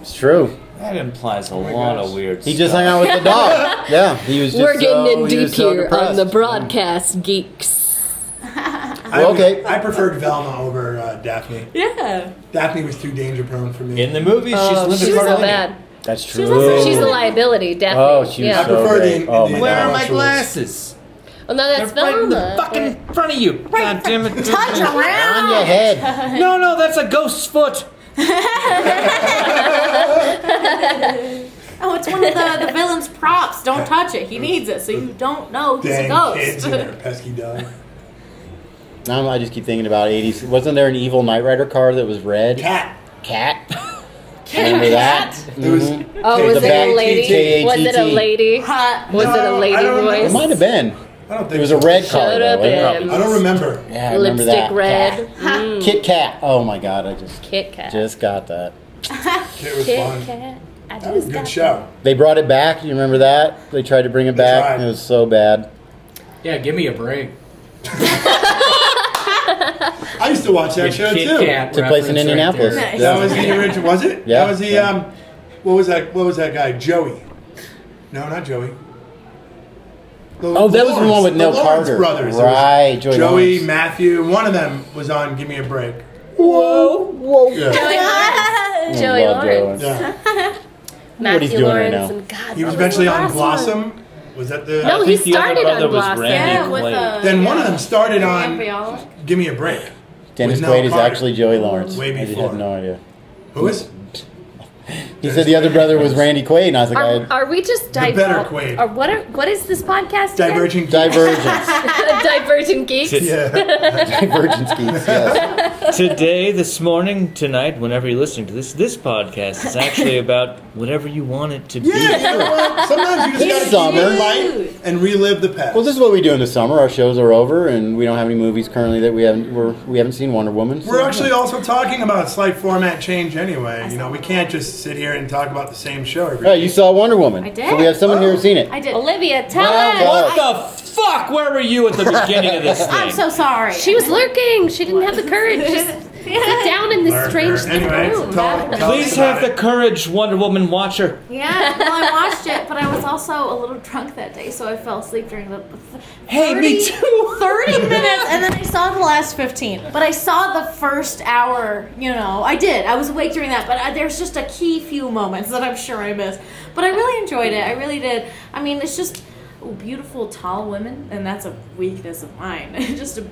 Speaker 9: It's true.
Speaker 6: That implies
Speaker 8: Oh
Speaker 6: a lot of weird
Speaker 9: He
Speaker 6: stuff.
Speaker 9: just hung out with the dog. Yeah, he was just
Speaker 11: We're getting
Speaker 9: so,
Speaker 11: in
Speaker 9: he
Speaker 11: deep
Speaker 9: was so
Speaker 11: here on
Speaker 9: depressed.
Speaker 11: the broadcast geeks.
Speaker 8: I
Speaker 9: Well,
Speaker 8: was-
Speaker 9: okay.
Speaker 8: I preferred Velma over uh, Daphne.
Speaker 7: Yeah.
Speaker 8: Daphne was too danger prone for me.
Speaker 6: In the movie, she's living
Speaker 11: She was so
Speaker 6: Carlini.
Speaker 11: bad.
Speaker 9: That's
Speaker 11: She
Speaker 9: true.
Speaker 11: was also, she's a liability, definitely.
Speaker 9: Oh, she was
Speaker 8: I
Speaker 11: yeah.
Speaker 9: so
Speaker 8: prefer
Speaker 9: great.
Speaker 8: the-
Speaker 9: Oh
Speaker 8: the-
Speaker 9: my
Speaker 6: Where
Speaker 9: god.
Speaker 6: are my
Speaker 8: Intellectuals.
Speaker 6: glasses?
Speaker 11: Oh no, that's
Speaker 6: They're right in
Speaker 11: Velma.
Speaker 6: the fucking front of you. God damn it.
Speaker 7: Touch around.
Speaker 9: On your head.
Speaker 6: No, no, that's a ghost's foot.
Speaker 7: Oh, it's one of the, the villain's props. Don't touch it. He needs it, so you don't know he's a
Speaker 8: Dang kids
Speaker 7: ghost.
Speaker 8: and their pesky dog.
Speaker 9: Now I just keep thinking about 80s. Wasn't there an evil Knight Rider car that was red?
Speaker 8: Cat.
Speaker 9: Cat. Remember that?
Speaker 8: It was.
Speaker 11: Oh, was
Speaker 9: The
Speaker 11: it
Speaker 9: back
Speaker 11: a lady?
Speaker 9: TTT.
Speaker 11: Was it a lady?
Speaker 7: Hot.
Speaker 11: Was it a
Speaker 8: No,
Speaker 11: lady
Speaker 8: I don't know.
Speaker 9: It
Speaker 11: voice?
Speaker 9: might have been.
Speaker 8: I don't think
Speaker 9: It was a red car.
Speaker 11: Showed
Speaker 9: though.
Speaker 11: up
Speaker 9: It
Speaker 11: in
Speaker 8: I don't remember.
Speaker 9: Yeah, I remember
Speaker 11: lipstick
Speaker 9: that.
Speaker 11: red.
Speaker 9: Cat. Kit Kat. Oh my god, I just
Speaker 11: Kit Kat.
Speaker 9: just got that.
Speaker 8: It was
Speaker 11: Kit
Speaker 8: fun.
Speaker 11: Kat. I
Speaker 8: That was
Speaker 11: just
Speaker 8: a
Speaker 11: got
Speaker 8: good show.
Speaker 9: They brought it back. You remember that? They tried to bring it back.
Speaker 8: tried.
Speaker 9: It was so bad.
Speaker 10: Yeah, give me a break.
Speaker 8: I used to watch that show
Speaker 10: Kit
Speaker 8: too.
Speaker 10: Kat
Speaker 9: Took place in
Speaker 10: reference right
Speaker 9: Indianapolis.
Speaker 10: there.
Speaker 8: That
Speaker 9: Yeah.
Speaker 8: was the original, was it?
Speaker 9: Yeah.
Speaker 8: That was the
Speaker 9: Yeah.
Speaker 8: um, what was that? What was that guy? Joey? No, not Joey. oh,
Speaker 9: that was the one with Nell Carter.
Speaker 8: brothers. There
Speaker 9: Right,
Speaker 8: was
Speaker 9: Joey
Speaker 8: Joey,
Speaker 9: Lawrence.
Speaker 8: Matthew. One of them was on Give Me a Break.
Speaker 9: Whoa, whoa.
Speaker 11: Joey Lawrence. Joey
Speaker 8: love Joey
Speaker 11: Lawrence.
Speaker 8: Lawrence.
Speaker 11: Matthew
Speaker 9: What he's doing right
Speaker 11: Lawrence
Speaker 9: now.
Speaker 11: and God.
Speaker 8: He was
Speaker 11: what the
Speaker 8: eventually on
Speaker 11: last
Speaker 8: Blossom. Was that the?
Speaker 11: One? No, he started on Blossom.
Speaker 8: then one of them started on Give Me a Break.
Speaker 9: Dennis
Speaker 8: With Nell
Speaker 9: Quaid is
Speaker 8: Carter.
Speaker 9: actually Joey Lawrence.
Speaker 8: Way
Speaker 9: I just
Speaker 8: before.
Speaker 9: had no idea.
Speaker 8: Who is?
Speaker 9: He said the other brother was Randy Quaid, and I was like, I
Speaker 11: Are, are we just diving?
Speaker 9: better Quaid.
Speaker 11: Or what? Are, what is this podcast? again?
Speaker 9: Divergent Divergence.
Speaker 11: Divergent geeks.
Speaker 9: Yeah. Divergent geeks.
Speaker 6: Today, this morning, tonight, whenever you're listening to this, this podcast is actually about whatever you want it to be.
Speaker 8: Yeah, you know what? sometimes you just
Speaker 9: It's
Speaker 8: gotta keep
Speaker 9: summer.
Speaker 8: in mind and relive the past.
Speaker 9: Well, this is what we do in the summer. Our shows are over, and we don't have any movies currently that we haven't we're, we haven't seen Wonder Woman. so-
Speaker 8: We're actually also talking about slight format change anyway. You know, we can't just sit here and talk about the same show every
Speaker 9: Right, you saw Wonder Woman.
Speaker 11: I did. Oh.
Speaker 9: So we have someone here who's seen it.
Speaker 11: I did. Olivia, tell
Speaker 9: Wow,
Speaker 11: us.
Speaker 9: God.
Speaker 6: What the fuck? Where were you at the beginning of this
Speaker 11: I'm
Speaker 6: thing?
Speaker 11: so
Speaker 7: sorry.
Speaker 11: She was lurking. She didn't have the courage. Just sit down in this strange room.
Speaker 6: Please have the courage, Wonder Woman watcher.
Speaker 7: Yeah, well, I watched it, but I was also a little drunk that day, so I fell asleep during the. th-
Speaker 6: Hey, me
Speaker 7: 30
Speaker 6: too.
Speaker 7: 30 minutes, and then I saw the last 15. But I saw the first hour, you know. I did. I was awake during that, but I, there's just a key few moments that I'm sure I missed. But I really enjoyed it. I really did. I mean, it's just beautiful, tall women, and that's a weakness of mine. just a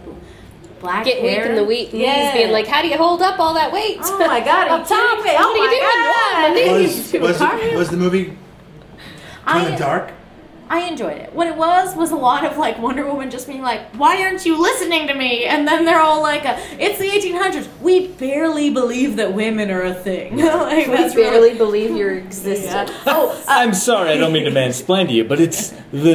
Speaker 7: black
Speaker 11: Get weak
Speaker 7: hair.
Speaker 11: in the week. Knees being like, how do you hold up all that weight?
Speaker 7: Oh my God, are you
Speaker 11: up top.
Speaker 7: kidding me?
Speaker 11: What
Speaker 7: Oh
Speaker 11: are you doing?
Speaker 7: my God.
Speaker 11: Whoa, my knees.
Speaker 8: was, was, it, was the movie
Speaker 7: I-
Speaker 8: kind of dark?
Speaker 7: I enjoyed it. What it was was a lot of like Wonder Woman just being like, "Why aren't you listening to me?" And then they're all like, uh, "It's the 1800s. We barely believe that women are a thing. like,
Speaker 11: We
Speaker 7: that's
Speaker 11: barely
Speaker 7: really-
Speaker 11: believe your existence.
Speaker 7: Oh,
Speaker 6: I'm sorry, I don't mean to mansplain to you, but it's the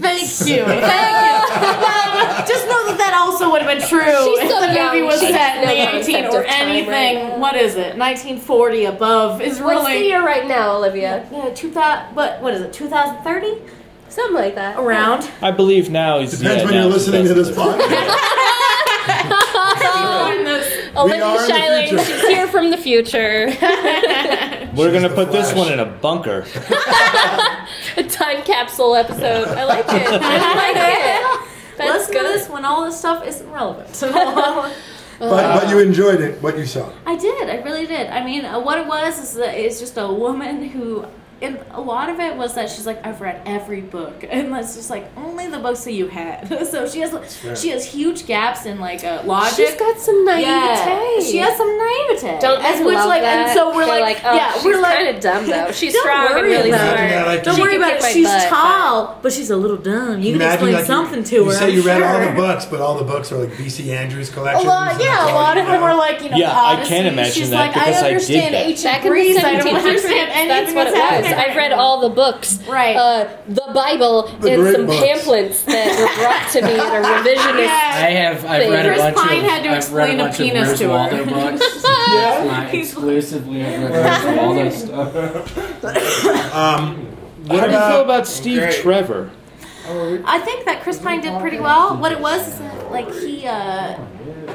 Speaker 7: Thank you. Thank you. Just know that that also would have been true
Speaker 11: She's
Speaker 7: if
Speaker 11: so
Speaker 7: the movie
Speaker 11: young.
Speaker 7: was
Speaker 11: She
Speaker 7: set in
Speaker 11: doesn't know
Speaker 7: the
Speaker 11: the
Speaker 7: 18
Speaker 11: concept
Speaker 7: or
Speaker 11: of time,
Speaker 7: anything.
Speaker 11: right?
Speaker 7: What is it? 1940 above is
Speaker 11: We're
Speaker 7: really.
Speaker 11: here right now, Olivia.
Speaker 7: Yeah, 2000. What? What is it? 2030?
Speaker 11: Something like that.
Speaker 7: Around.
Speaker 6: I believe now is
Speaker 8: Depends
Speaker 6: yeah,
Speaker 8: when you're
Speaker 6: now is
Speaker 8: listening to
Speaker 6: the
Speaker 8: this
Speaker 6: best
Speaker 8: podcast.
Speaker 7: Um,
Speaker 8: We
Speaker 11: Olivia
Speaker 6: are in the
Speaker 11: Schilling,
Speaker 6: future.
Speaker 11: she's here from the future.
Speaker 6: We're gonna put this one in a bunker.
Speaker 11: A time capsule episode. I like it. I like it. That's
Speaker 7: Listen
Speaker 11: good.
Speaker 7: to this when all this stuff isn't relevant.
Speaker 8: But, but you enjoyed it, what you saw.
Speaker 7: I did. I really did. I mean, uh, what it was is that it's just a woman who, and a lot of it was that she's like, I've read every book, and that's just like only the books that you had. so she has
Speaker 11: fair.
Speaker 7: she has huge gaps in like uh, logic.
Speaker 11: She's got some naivete.
Speaker 7: Yeah. She has some naivete.
Speaker 11: Don't
Speaker 7: As
Speaker 11: you
Speaker 7: which
Speaker 11: love
Speaker 7: like and
Speaker 11: that?
Speaker 7: so we're
Speaker 11: You're
Speaker 7: like,
Speaker 11: like, oh,
Speaker 7: yeah,
Speaker 11: she's
Speaker 7: we're like
Speaker 11: kinda dumb, though. She's
Speaker 7: Don't
Speaker 11: strong and
Speaker 7: worry
Speaker 11: really
Speaker 7: about
Speaker 11: smart.
Speaker 7: it.
Speaker 11: Yeah, like-
Speaker 7: don't
Speaker 11: She
Speaker 7: worry
Speaker 11: can
Speaker 7: about
Speaker 11: kick
Speaker 7: it.
Speaker 11: my
Speaker 7: She's
Speaker 11: butt,
Speaker 7: tall, but she's a little dumb. You can explain
Speaker 8: like, you-
Speaker 7: something to
Speaker 8: you
Speaker 7: her.
Speaker 8: say
Speaker 7: I'm
Speaker 8: you read all
Speaker 7: sure.
Speaker 8: the books, but all the books are like B.C. Andrews
Speaker 7: A
Speaker 8: collections.
Speaker 7: lot,
Speaker 8: and
Speaker 7: yeah.
Speaker 8: that's
Speaker 7: A
Speaker 8: all
Speaker 7: lot
Speaker 8: you
Speaker 7: of them
Speaker 8: know.
Speaker 7: were like, you know,
Speaker 6: Yeah, I
Speaker 7: Odyssey.
Speaker 6: can't imagine
Speaker 7: She's
Speaker 6: that
Speaker 7: like,
Speaker 6: because I
Speaker 7: I
Speaker 6: did
Speaker 7: understand
Speaker 6: that.
Speaker 7: ancient
Speaker 11: Back in the
Speaker 7: Greece. I don't
Speaker 11: 1700s,
Speaker 7: understand
Speaker 11: that's
Speaker 7: anything
Speaker 11: what
Speaker 7: that's
Speaker 11: it was.
Speaker 7: happening.
Speaker 11: I've read all the books,
Speaker 7: Right.
Speaker 11: Uh, the Bible,
Speaker 7: The
Speaker 11: and
Speaker 7: great
Speaker 11: some
Speaker 7: books.
Speaker 11: pamphlets that were brought to me in a revisionist.
Speaker 10: I have. I've
Speaker 11: thing.
Speaker 10: read
Speaker 11: Chris
Speaker 10: a bunch
Speaker 11: Pine
Speaker 10: of.
Speaker 11: had to
Speaker 10: I've read
Speaker 11: explain
Speaker 10: a
Speaker 11: a
Speaker 10: bunch
Speaker 11: penis
Speaker 10: of Rose
Speaker 11: to her.
Speaker 10: Waldo books.
Speaker 11: Yeah.
Speaker 10: My exclusively. I've read Rose Waldo
Speaker 8: Um,
Speaker 10: stuff.
Speaker 6: How
Speaker 8: what
Speaker 6: do you feel
Speaker 8: about
Speaker 6: about Steve Trevor?
Speaker 7: I think that Chris Pine did pretty well. What it was, is that, like he, uh, uh,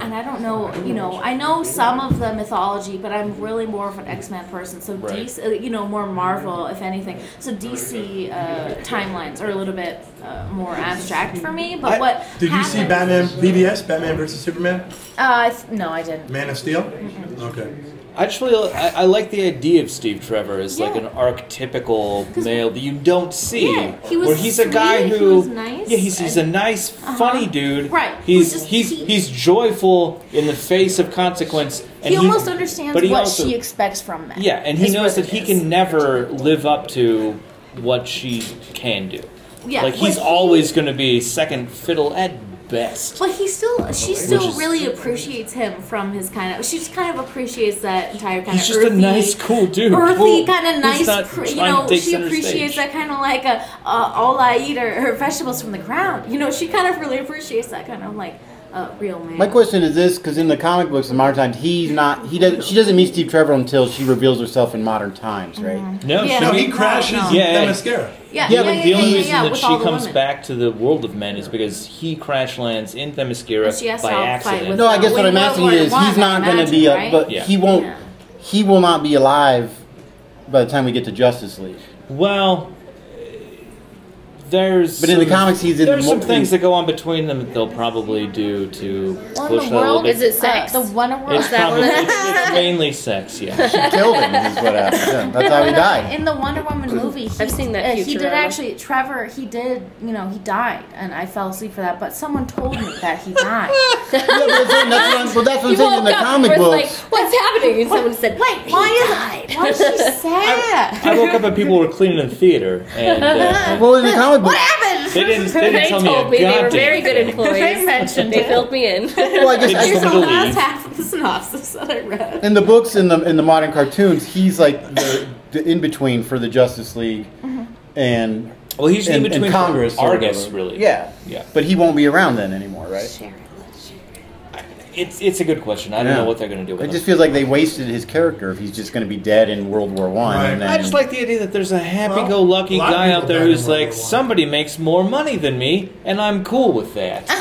Speaker 7: and I don't know, you know, I know some of the mythology, but I'm really more of an X Men person. So
Speaker 11: Right.
Speaker 7: DC, uh, you know, more Marvel, if anything. So DC uh, timelines are a little bit uh, more abstract for me. But what
Speaker 8: Did you see Batman BBS, Batman versus Superman,
Speaker 7: Uh, I th- no, I didn't.
Speaker 8: Man of Steel?
Speaker 7: Mm-hmm.
Speaker 8: Okay.
Speaker 6: I just really I, I like the idea of Steve Trevor as like an archetypical male that you don't see.
Speaker 7: Yeah, he was
Speaker 6: where he's a guy
Speaker 7: sweet, he
Speaker 6: who
Speaker 7: was nice,
Speaker 6: yeah he's, he's a nice
Speaker 7: Uh-huh.
Speaker 6: funny dude.
Speaker 7: Right, who's
Speaker 6: He's
Speaker 7: just
Speaker 6: he's
Speaker 7: cheap.
Speaker 6: he's joyful in the face of consequence.
Speaker 7: He, almost understands
Speaker 6: but he
Speaker 7: what
Speaker 6: also-
Speaker 7: she expects from men.
Speaker 6: Yeah, and he knows that he can never live up to what she can do.
Speaker 7: Yeah,
Speaker 6: like
Speaker 7: what
Speaker 6: he's
Speaker 7: he-
Speaker 6: always going to be second fiddle at best.
Speaker 7: But he still, she
Speaker 6: Which
Speaker 7: still
Speaker 6: is-
Speaker 7: really appreciates him from his kind of. She just kind of appreciates that entire kind
Speaker 6: He's
Speaker 7: of.
Speaker 6: just a
Speaker 7: earthy-
Speaker 6: nice, cool dude.
Speaker 7: Earthy
Speaker 6: Well,
Speaker 7: kind of nice,
Speaker 6: he's not
Speaker 7: pr- you
Speaker 6: trying to
Speaker 7: know.
Speaker 6: take
Speaker 7: She
Speaker 6: center
Speaker 7: appreciates
Speaker 6: stage.
Speaker 7: that kind of like a, uh all I eat are, are vegetables from the ground. You know, she kind of really appreciates that kind of like uh, real man.
Speaker 9: My question is this: because in the comic books in modern times, he's not. He doesn't. She doesn't meet Steve Trevor until she reveals herself in modern times, right?
Speaker 11: Mm-hmm.
Speaker 6: No,
Speaker 7: Yeah. No, he crashes
Speaker 6: yeah,
Speaker 7: the
Speaker 6: yeah.
Speaker 8: mascara.
Speaker 7: Yeah,
Speaker 6: yeah,
Speaker 7: yeah,
Speaker 6: but
Speaker 7: yeah,
Speaker 6: the
Speaker 7: yeah,
Speaker 6: only
Speaker 7: yeah,
Speaker 6: reason
Speaker 7: yeah,
Speaker 6: that
Speaker 7: with
Speaker 6: she
Speaker 7: all the
Speaker 6: comes
Speaker 7: women.
Speaker 6: back to the world of men is because he crash lands in Themyscira
Speaker 7: And she has to
Speaker 6: by
Speaker 7: fight
Speaker 6: accident.
Speaker 7: with
Speaker 9: No, I guess what I'm asking you is, he's not going to be. A,
Speaker 7: right?
Speaker 9: But
Speaker 6: Yeah.
Speaker 9: he won't. He will not be alive by the time we get to Justice League.
Speaker 6: Well, there's.
Speaker 9: But in the
Speaker 6: some-
Speaker 9: comics, he's in
Speaker 6: There's
Speaker 9: mo-
Speaker 6: some things that go on between them that they'll probably do to
Speaker 7: Wonder
Speaker 6: push that a little
Speaker 7: World?
Speaker 6: bit.
Speaker 7: Is it sex? Uh, the Wonder
Speaker 6: It's probably it's, it's mainly sex, yeah.
Speaker 9: She killed him, is what happened. Yeah, that's how he died.
Speaker 7: In the Wonder Woman movie, he,
Speaker 11: I've seen that
Speaker 7: uh, he did
Speaker 11: Futurama.
Speaker 7: actually. Trevor, he did. You know, he died, and I fell asleep for that. But someone told me that he died.
Speaker 9: yeah, but that's, what- that's what I'm, well, that's what I'm saying in the comic
Speaker 11: was
Speaker 9: books.
Speaker 11: like, what's happening? And someone said, wait,
Speaker 7: why is why is she sad?
Speaker 6: I woke up and people were cleaning the theater, and uh,
Speaker 9: well, in the comic book,
Speaker 6: they didn't. They didn't tell me a
Speaker 11: told me they were
Speaker 6: goddamn
Speaker 11: very good
Speaker 6: thing.
Speaker 11: employees.
Speaker 7: They mentioned
Speaker 11: They
Speaker 7: it.
Speaker 11: filled me in.
Speaker 9: well, I guess I
Speaker 7: Here's the
Speaker 6: Just
Speaker 9: guess
Speaker 6: wanted to
Speaker 7: last
Speaker 6: leave.
Speaker 7: half of the synopsis that I read.
Speaker 9: in the books, in the in the modern cartoons, he's like the, the in between for the Justice League and
Speaker 6: Well, he's
Speaker 9: and-
Speaker 6: in
Speaker 9: and
Speaker 6: between for
Speaker 9: Congress, or
Speaker 6: Argus,
Speaker 9: whatever.
Speaker 6: really.
Speaker 9: Yeah,
Speaker 6: Yeah.
Speaker 9: But he won't be around then anymore, right?
Speaker 6: It's it's a good question. I don't
Speaker 9: Yeah.
Speaker 6: know what they're going to do with
Speaker 9: It
Speaker 6: him.
Speaker 9: just feels like they wasted his character if he's just going to be dead in World War One.
Speaker 8: Right.
Speaker 9: And then,
Speaker 6: I just like the idea that there's a happy-go-lucky
Speaker 8: Well, a lot of
Speaker 6: guy
Speaker 8: people
Speaker 6: out there
Speaker 8: died
Speaker 6: who's
Speaker 8: in World
Speaker 6: like,
Speaker 8: War One.
Speaker 6: somebody makes more money than me, and I'm cool with that.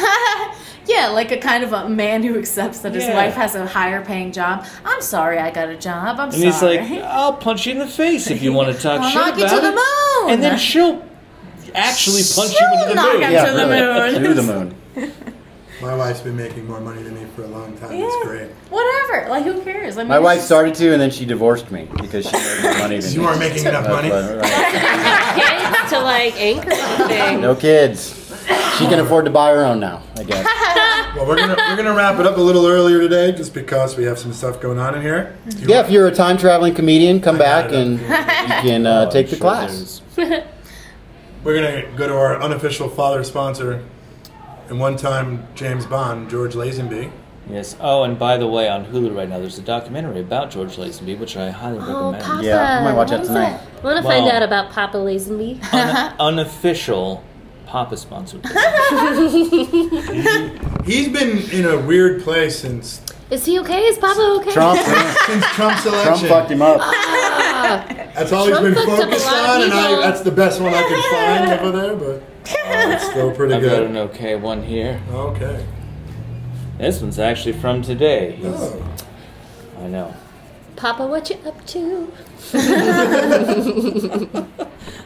Speaker 7: Yeah, like a kind of a man who accepts that his
Speaker 6: Yeah.
Speaker 7: wife has a higher paying job. I'm sorry I got a job. I'm
Speaker 6: And he's
Speaker 7: sorry.
Speaker 6: like, I'll punch you in the face if you want to talk
Speaker 7: I'll
Speaker 6: shit
Speaker 7: knock you
Speaker 6: about
Speaker 7: to the
Speaker 6: it."
Speaker 7: moon.
Speaker 6: And then she'll actually punch you
Speaker 7: She'll
Speaker 6: into the
Speaker 7: knock
Speaker 6: moon.
Speaker 7: him
Speaker 9: yeah,
Speaker 7: to the
Speaker 9: really,
Speaker 7: moon.
Speaker 9: to the moon.
Speaker 8: My wife's been making more money than me for a long time.
Speaker 7: Yeah.
Speaker 8: It's great.
Speaker 7: whatever. Like, who cares? I mean,
Speaker 9: My wife
Speaker 7: it's-
Speaker 9: started to, and then she divorced me because she made more money than
Speaker 8: You
Speaker 9: me.
Speaker 8: aren't making enough money.
Speaker 9: But, right.
Speaker 11: Kids to like anchor the thing.
Speaker 9: No kids. She can afford to buy her own now, I guess.
Speaker 8: Well, we're gonna we're gonna wrap it up a little earlier today, just because we have some stuff going on in here. Do you
Speaker 11: Mm-hmm.
Speaker 9: Yeah,
Speaker 8: want-
Speaker 9: if you're a time traveling comedian, come back
Speaker 8: it.
Speaker 9: and you can uh, take the class.
Speaker 8: We're gonna go to our unofficial father sponsor, and one time James Bond, George Lazenby.
Speaker 6: Yes. Oh, and by the way, on Hulu right now, there's a documentary about George Lazenby, which I highly
Speaker 11: Oh,
Speaker 6: recommend.
Speaker 11: Papa.
Speaker 9: Yeah, I might watch that
Speaker 11: What is
Speaker 9: tonight.
Speaker 11: I want to find
Speaker 6: Wow.
Speaker 11: out about Papa Lazenby.
Speaker 6: Un- unofficial Papa sponsored.
Speaker 8: He's been in a weird place since
Speaker 11: Is he okay? Is Papa okay?
Speaker 9: Trump,
Speaker 8: since Trump's
Speaker 9: Trump
Speaker 8: election.
Speaker 9: fucked him up.
Speaker 8: that's all
Speaker 11: Trump
Speaker 8: he's been
Speaker 11: fucked up a
Speaker 8: focused
Speaker 11: lot of
Speaker 8: on, and I,
Speaker 11: people.
Speaker 8: that's the best one I could find over there. But uh, it's still pretty
Speaker 6: I've got
Speaker 8: good.
Speaker 6: an okay one here.
Speaker 8: Okay.
Speaker 6: This one's actually from today. He's-
Speaker 8: Oh.
Speaker 6: I know.
Speaker 11: Papa, what you up to?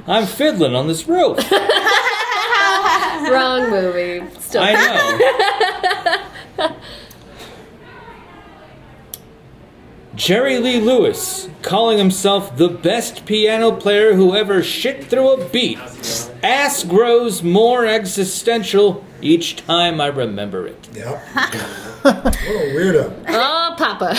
Speaker 6: I'm fiddling on this rope.
Speaker 11: Wrong movie. Still.
Speaker 6: I know. Jerry Lee Lewis, calling himself the best piano player who ever shit through a beat. Ass grows more existential each time I remember it.
Speaker 8: Yep. what a weirdo.
Speaker 11: Oh, Papa.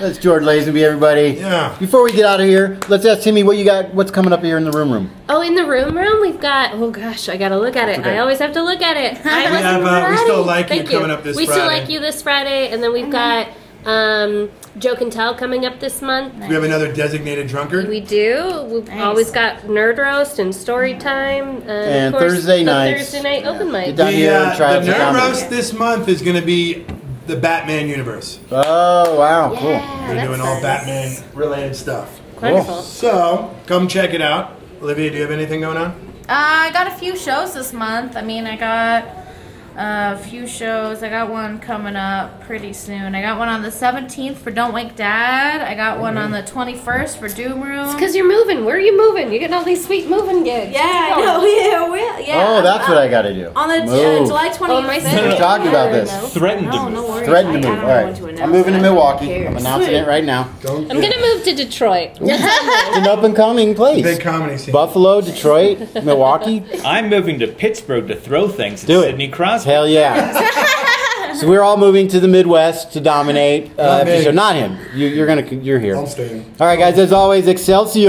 Speaker 9: That's George Lazenby, everybody.
Speaker 8: Yeah.
Speaker 9: Before we get out of here, let's ask Timmy what you got. What's coming up here in the room room?
Speaker 11: oh, in the room room, we've got. Oh, gosh, I got to look at it.
Speaker 9: okay.
Speaker 11: I always have to look at it. I
Speaker 8: We
Speaker 11: wasn't
Speaker 8: have, uh, we
Speaker 11: ready.
Speaker 8: still like you
Speaker 11: Thank
Speaker 8: coming up this
Speaker 11: We still
Speaker 8: Friday.
Speaker 11: like you this Friday, and then we've got um, Joke and Tell coming up this month.
Speaker 8: We have another designated drunkard.
Speaker 11: We do. We've
Speaker 7: Nice.
Speaker 11: always got nerd roast and story time, and, of
Speaker 9: And
Speaker 11: course,
Speaker 9: Thursday
Speaker 11: the
Speaker 9: nights.
Speaker 11: Thursday night open
Speaker 9: Get
Speaker 11: mic.
Speaker 9: down here
Speaker 8: uh,
Speaker 9: and try out
Speaker 8: the
Speaker 9: some
Speaker 8: Nerd
Speaker 9: comedy.
Speaker 8: Roast this month is going to be the Batman universe.
Speaker 9: Oh wow, cool.
Speaker 8: We're doing all Batman related stuff.
Speaker 11: Wonderful.
Speaker 9: Oh.
Speaker 8: So come check it out. Olivia, do you have anything going on?
Speaker 7: Uh, I got a few shows this month. I mean, I got uh, a few shows. I got one coming up pretty soon. I got one on the 17th for Don't Wake Dad. I got one on the
Speaker 9: Mm-hmm.
Speaker 7: 21st for Doom Room.
Speaker 11: Because you're moving. Where are you moving? You're getting all these sweet moving gigs.
Speaker 7: yeah, I know. Yeah, well, yeah.
Speaker 9: Oh,
Speaker 7: I'm-
Speaker 9: that's
Speaker 7: I'm-
Speaker 9: what I got to do.
Speaker 7: On the uh,
Speaker 9: move.
Speaker 7: July 25th.
Speaker 11: Oh, my
Speaker 9: We
Speaker 11: son.
Speaker 9: talked about this.
Speaker 6: Threatened to move.
Speaker 7: worries.
Speaker 9: Threatened to
Speaker 7: I- I
Speaker 9: move.
Speaker 7: don't
Speaker 9: All
Speaker 7: know what to
Speaker 9: right. I'm
Speaker 7: announce.
Speaker 9: moving to
Speaker 7: I don't
Speaker 9: Milwaukee.
Speaker 7: care.
Speaker 9: I'm announcing it right now.
Speaker 8: Don't
Speaker 11: I'm gonna move to Detroit.
Speaker 9: It's an up and coming
Speaker 8: big
Speaker 9: place.
Speaker 8: comedy scene.
Speaker 9: Buffalo, Detroit, Milwaukee.
Speaker 6: I'm moving to Pittsburgh to throw things at
Speaker 9: Do it.
Speaker 6: Sidney Crosby.
Speaker 9: Hell yeah. so we're all moving to the Midwest to dominate. Uh,
Speaker 8: Not
Speaker 9: after the
Speaker 8: me.
Speaker 9: show. Not him. You, you're gonna. You're here.
Speaker 8: I'm staying.
Speaker 9: All right, guys. As always, Excelsior.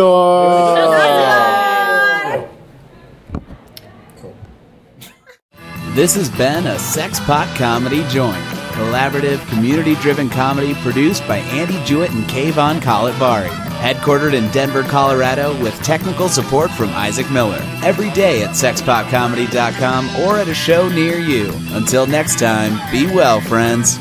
Speaker 1: This has been a Sexpot Comedy Joint, collaborative, community driven comedy produced by Andy Jewett and Kayvon Kalatvari. Headquartered in Denver, Colorado, with technical support from Isaac Miller. Every day at sexpotcomedy.com or at a show near you. Until next time, be well, friends.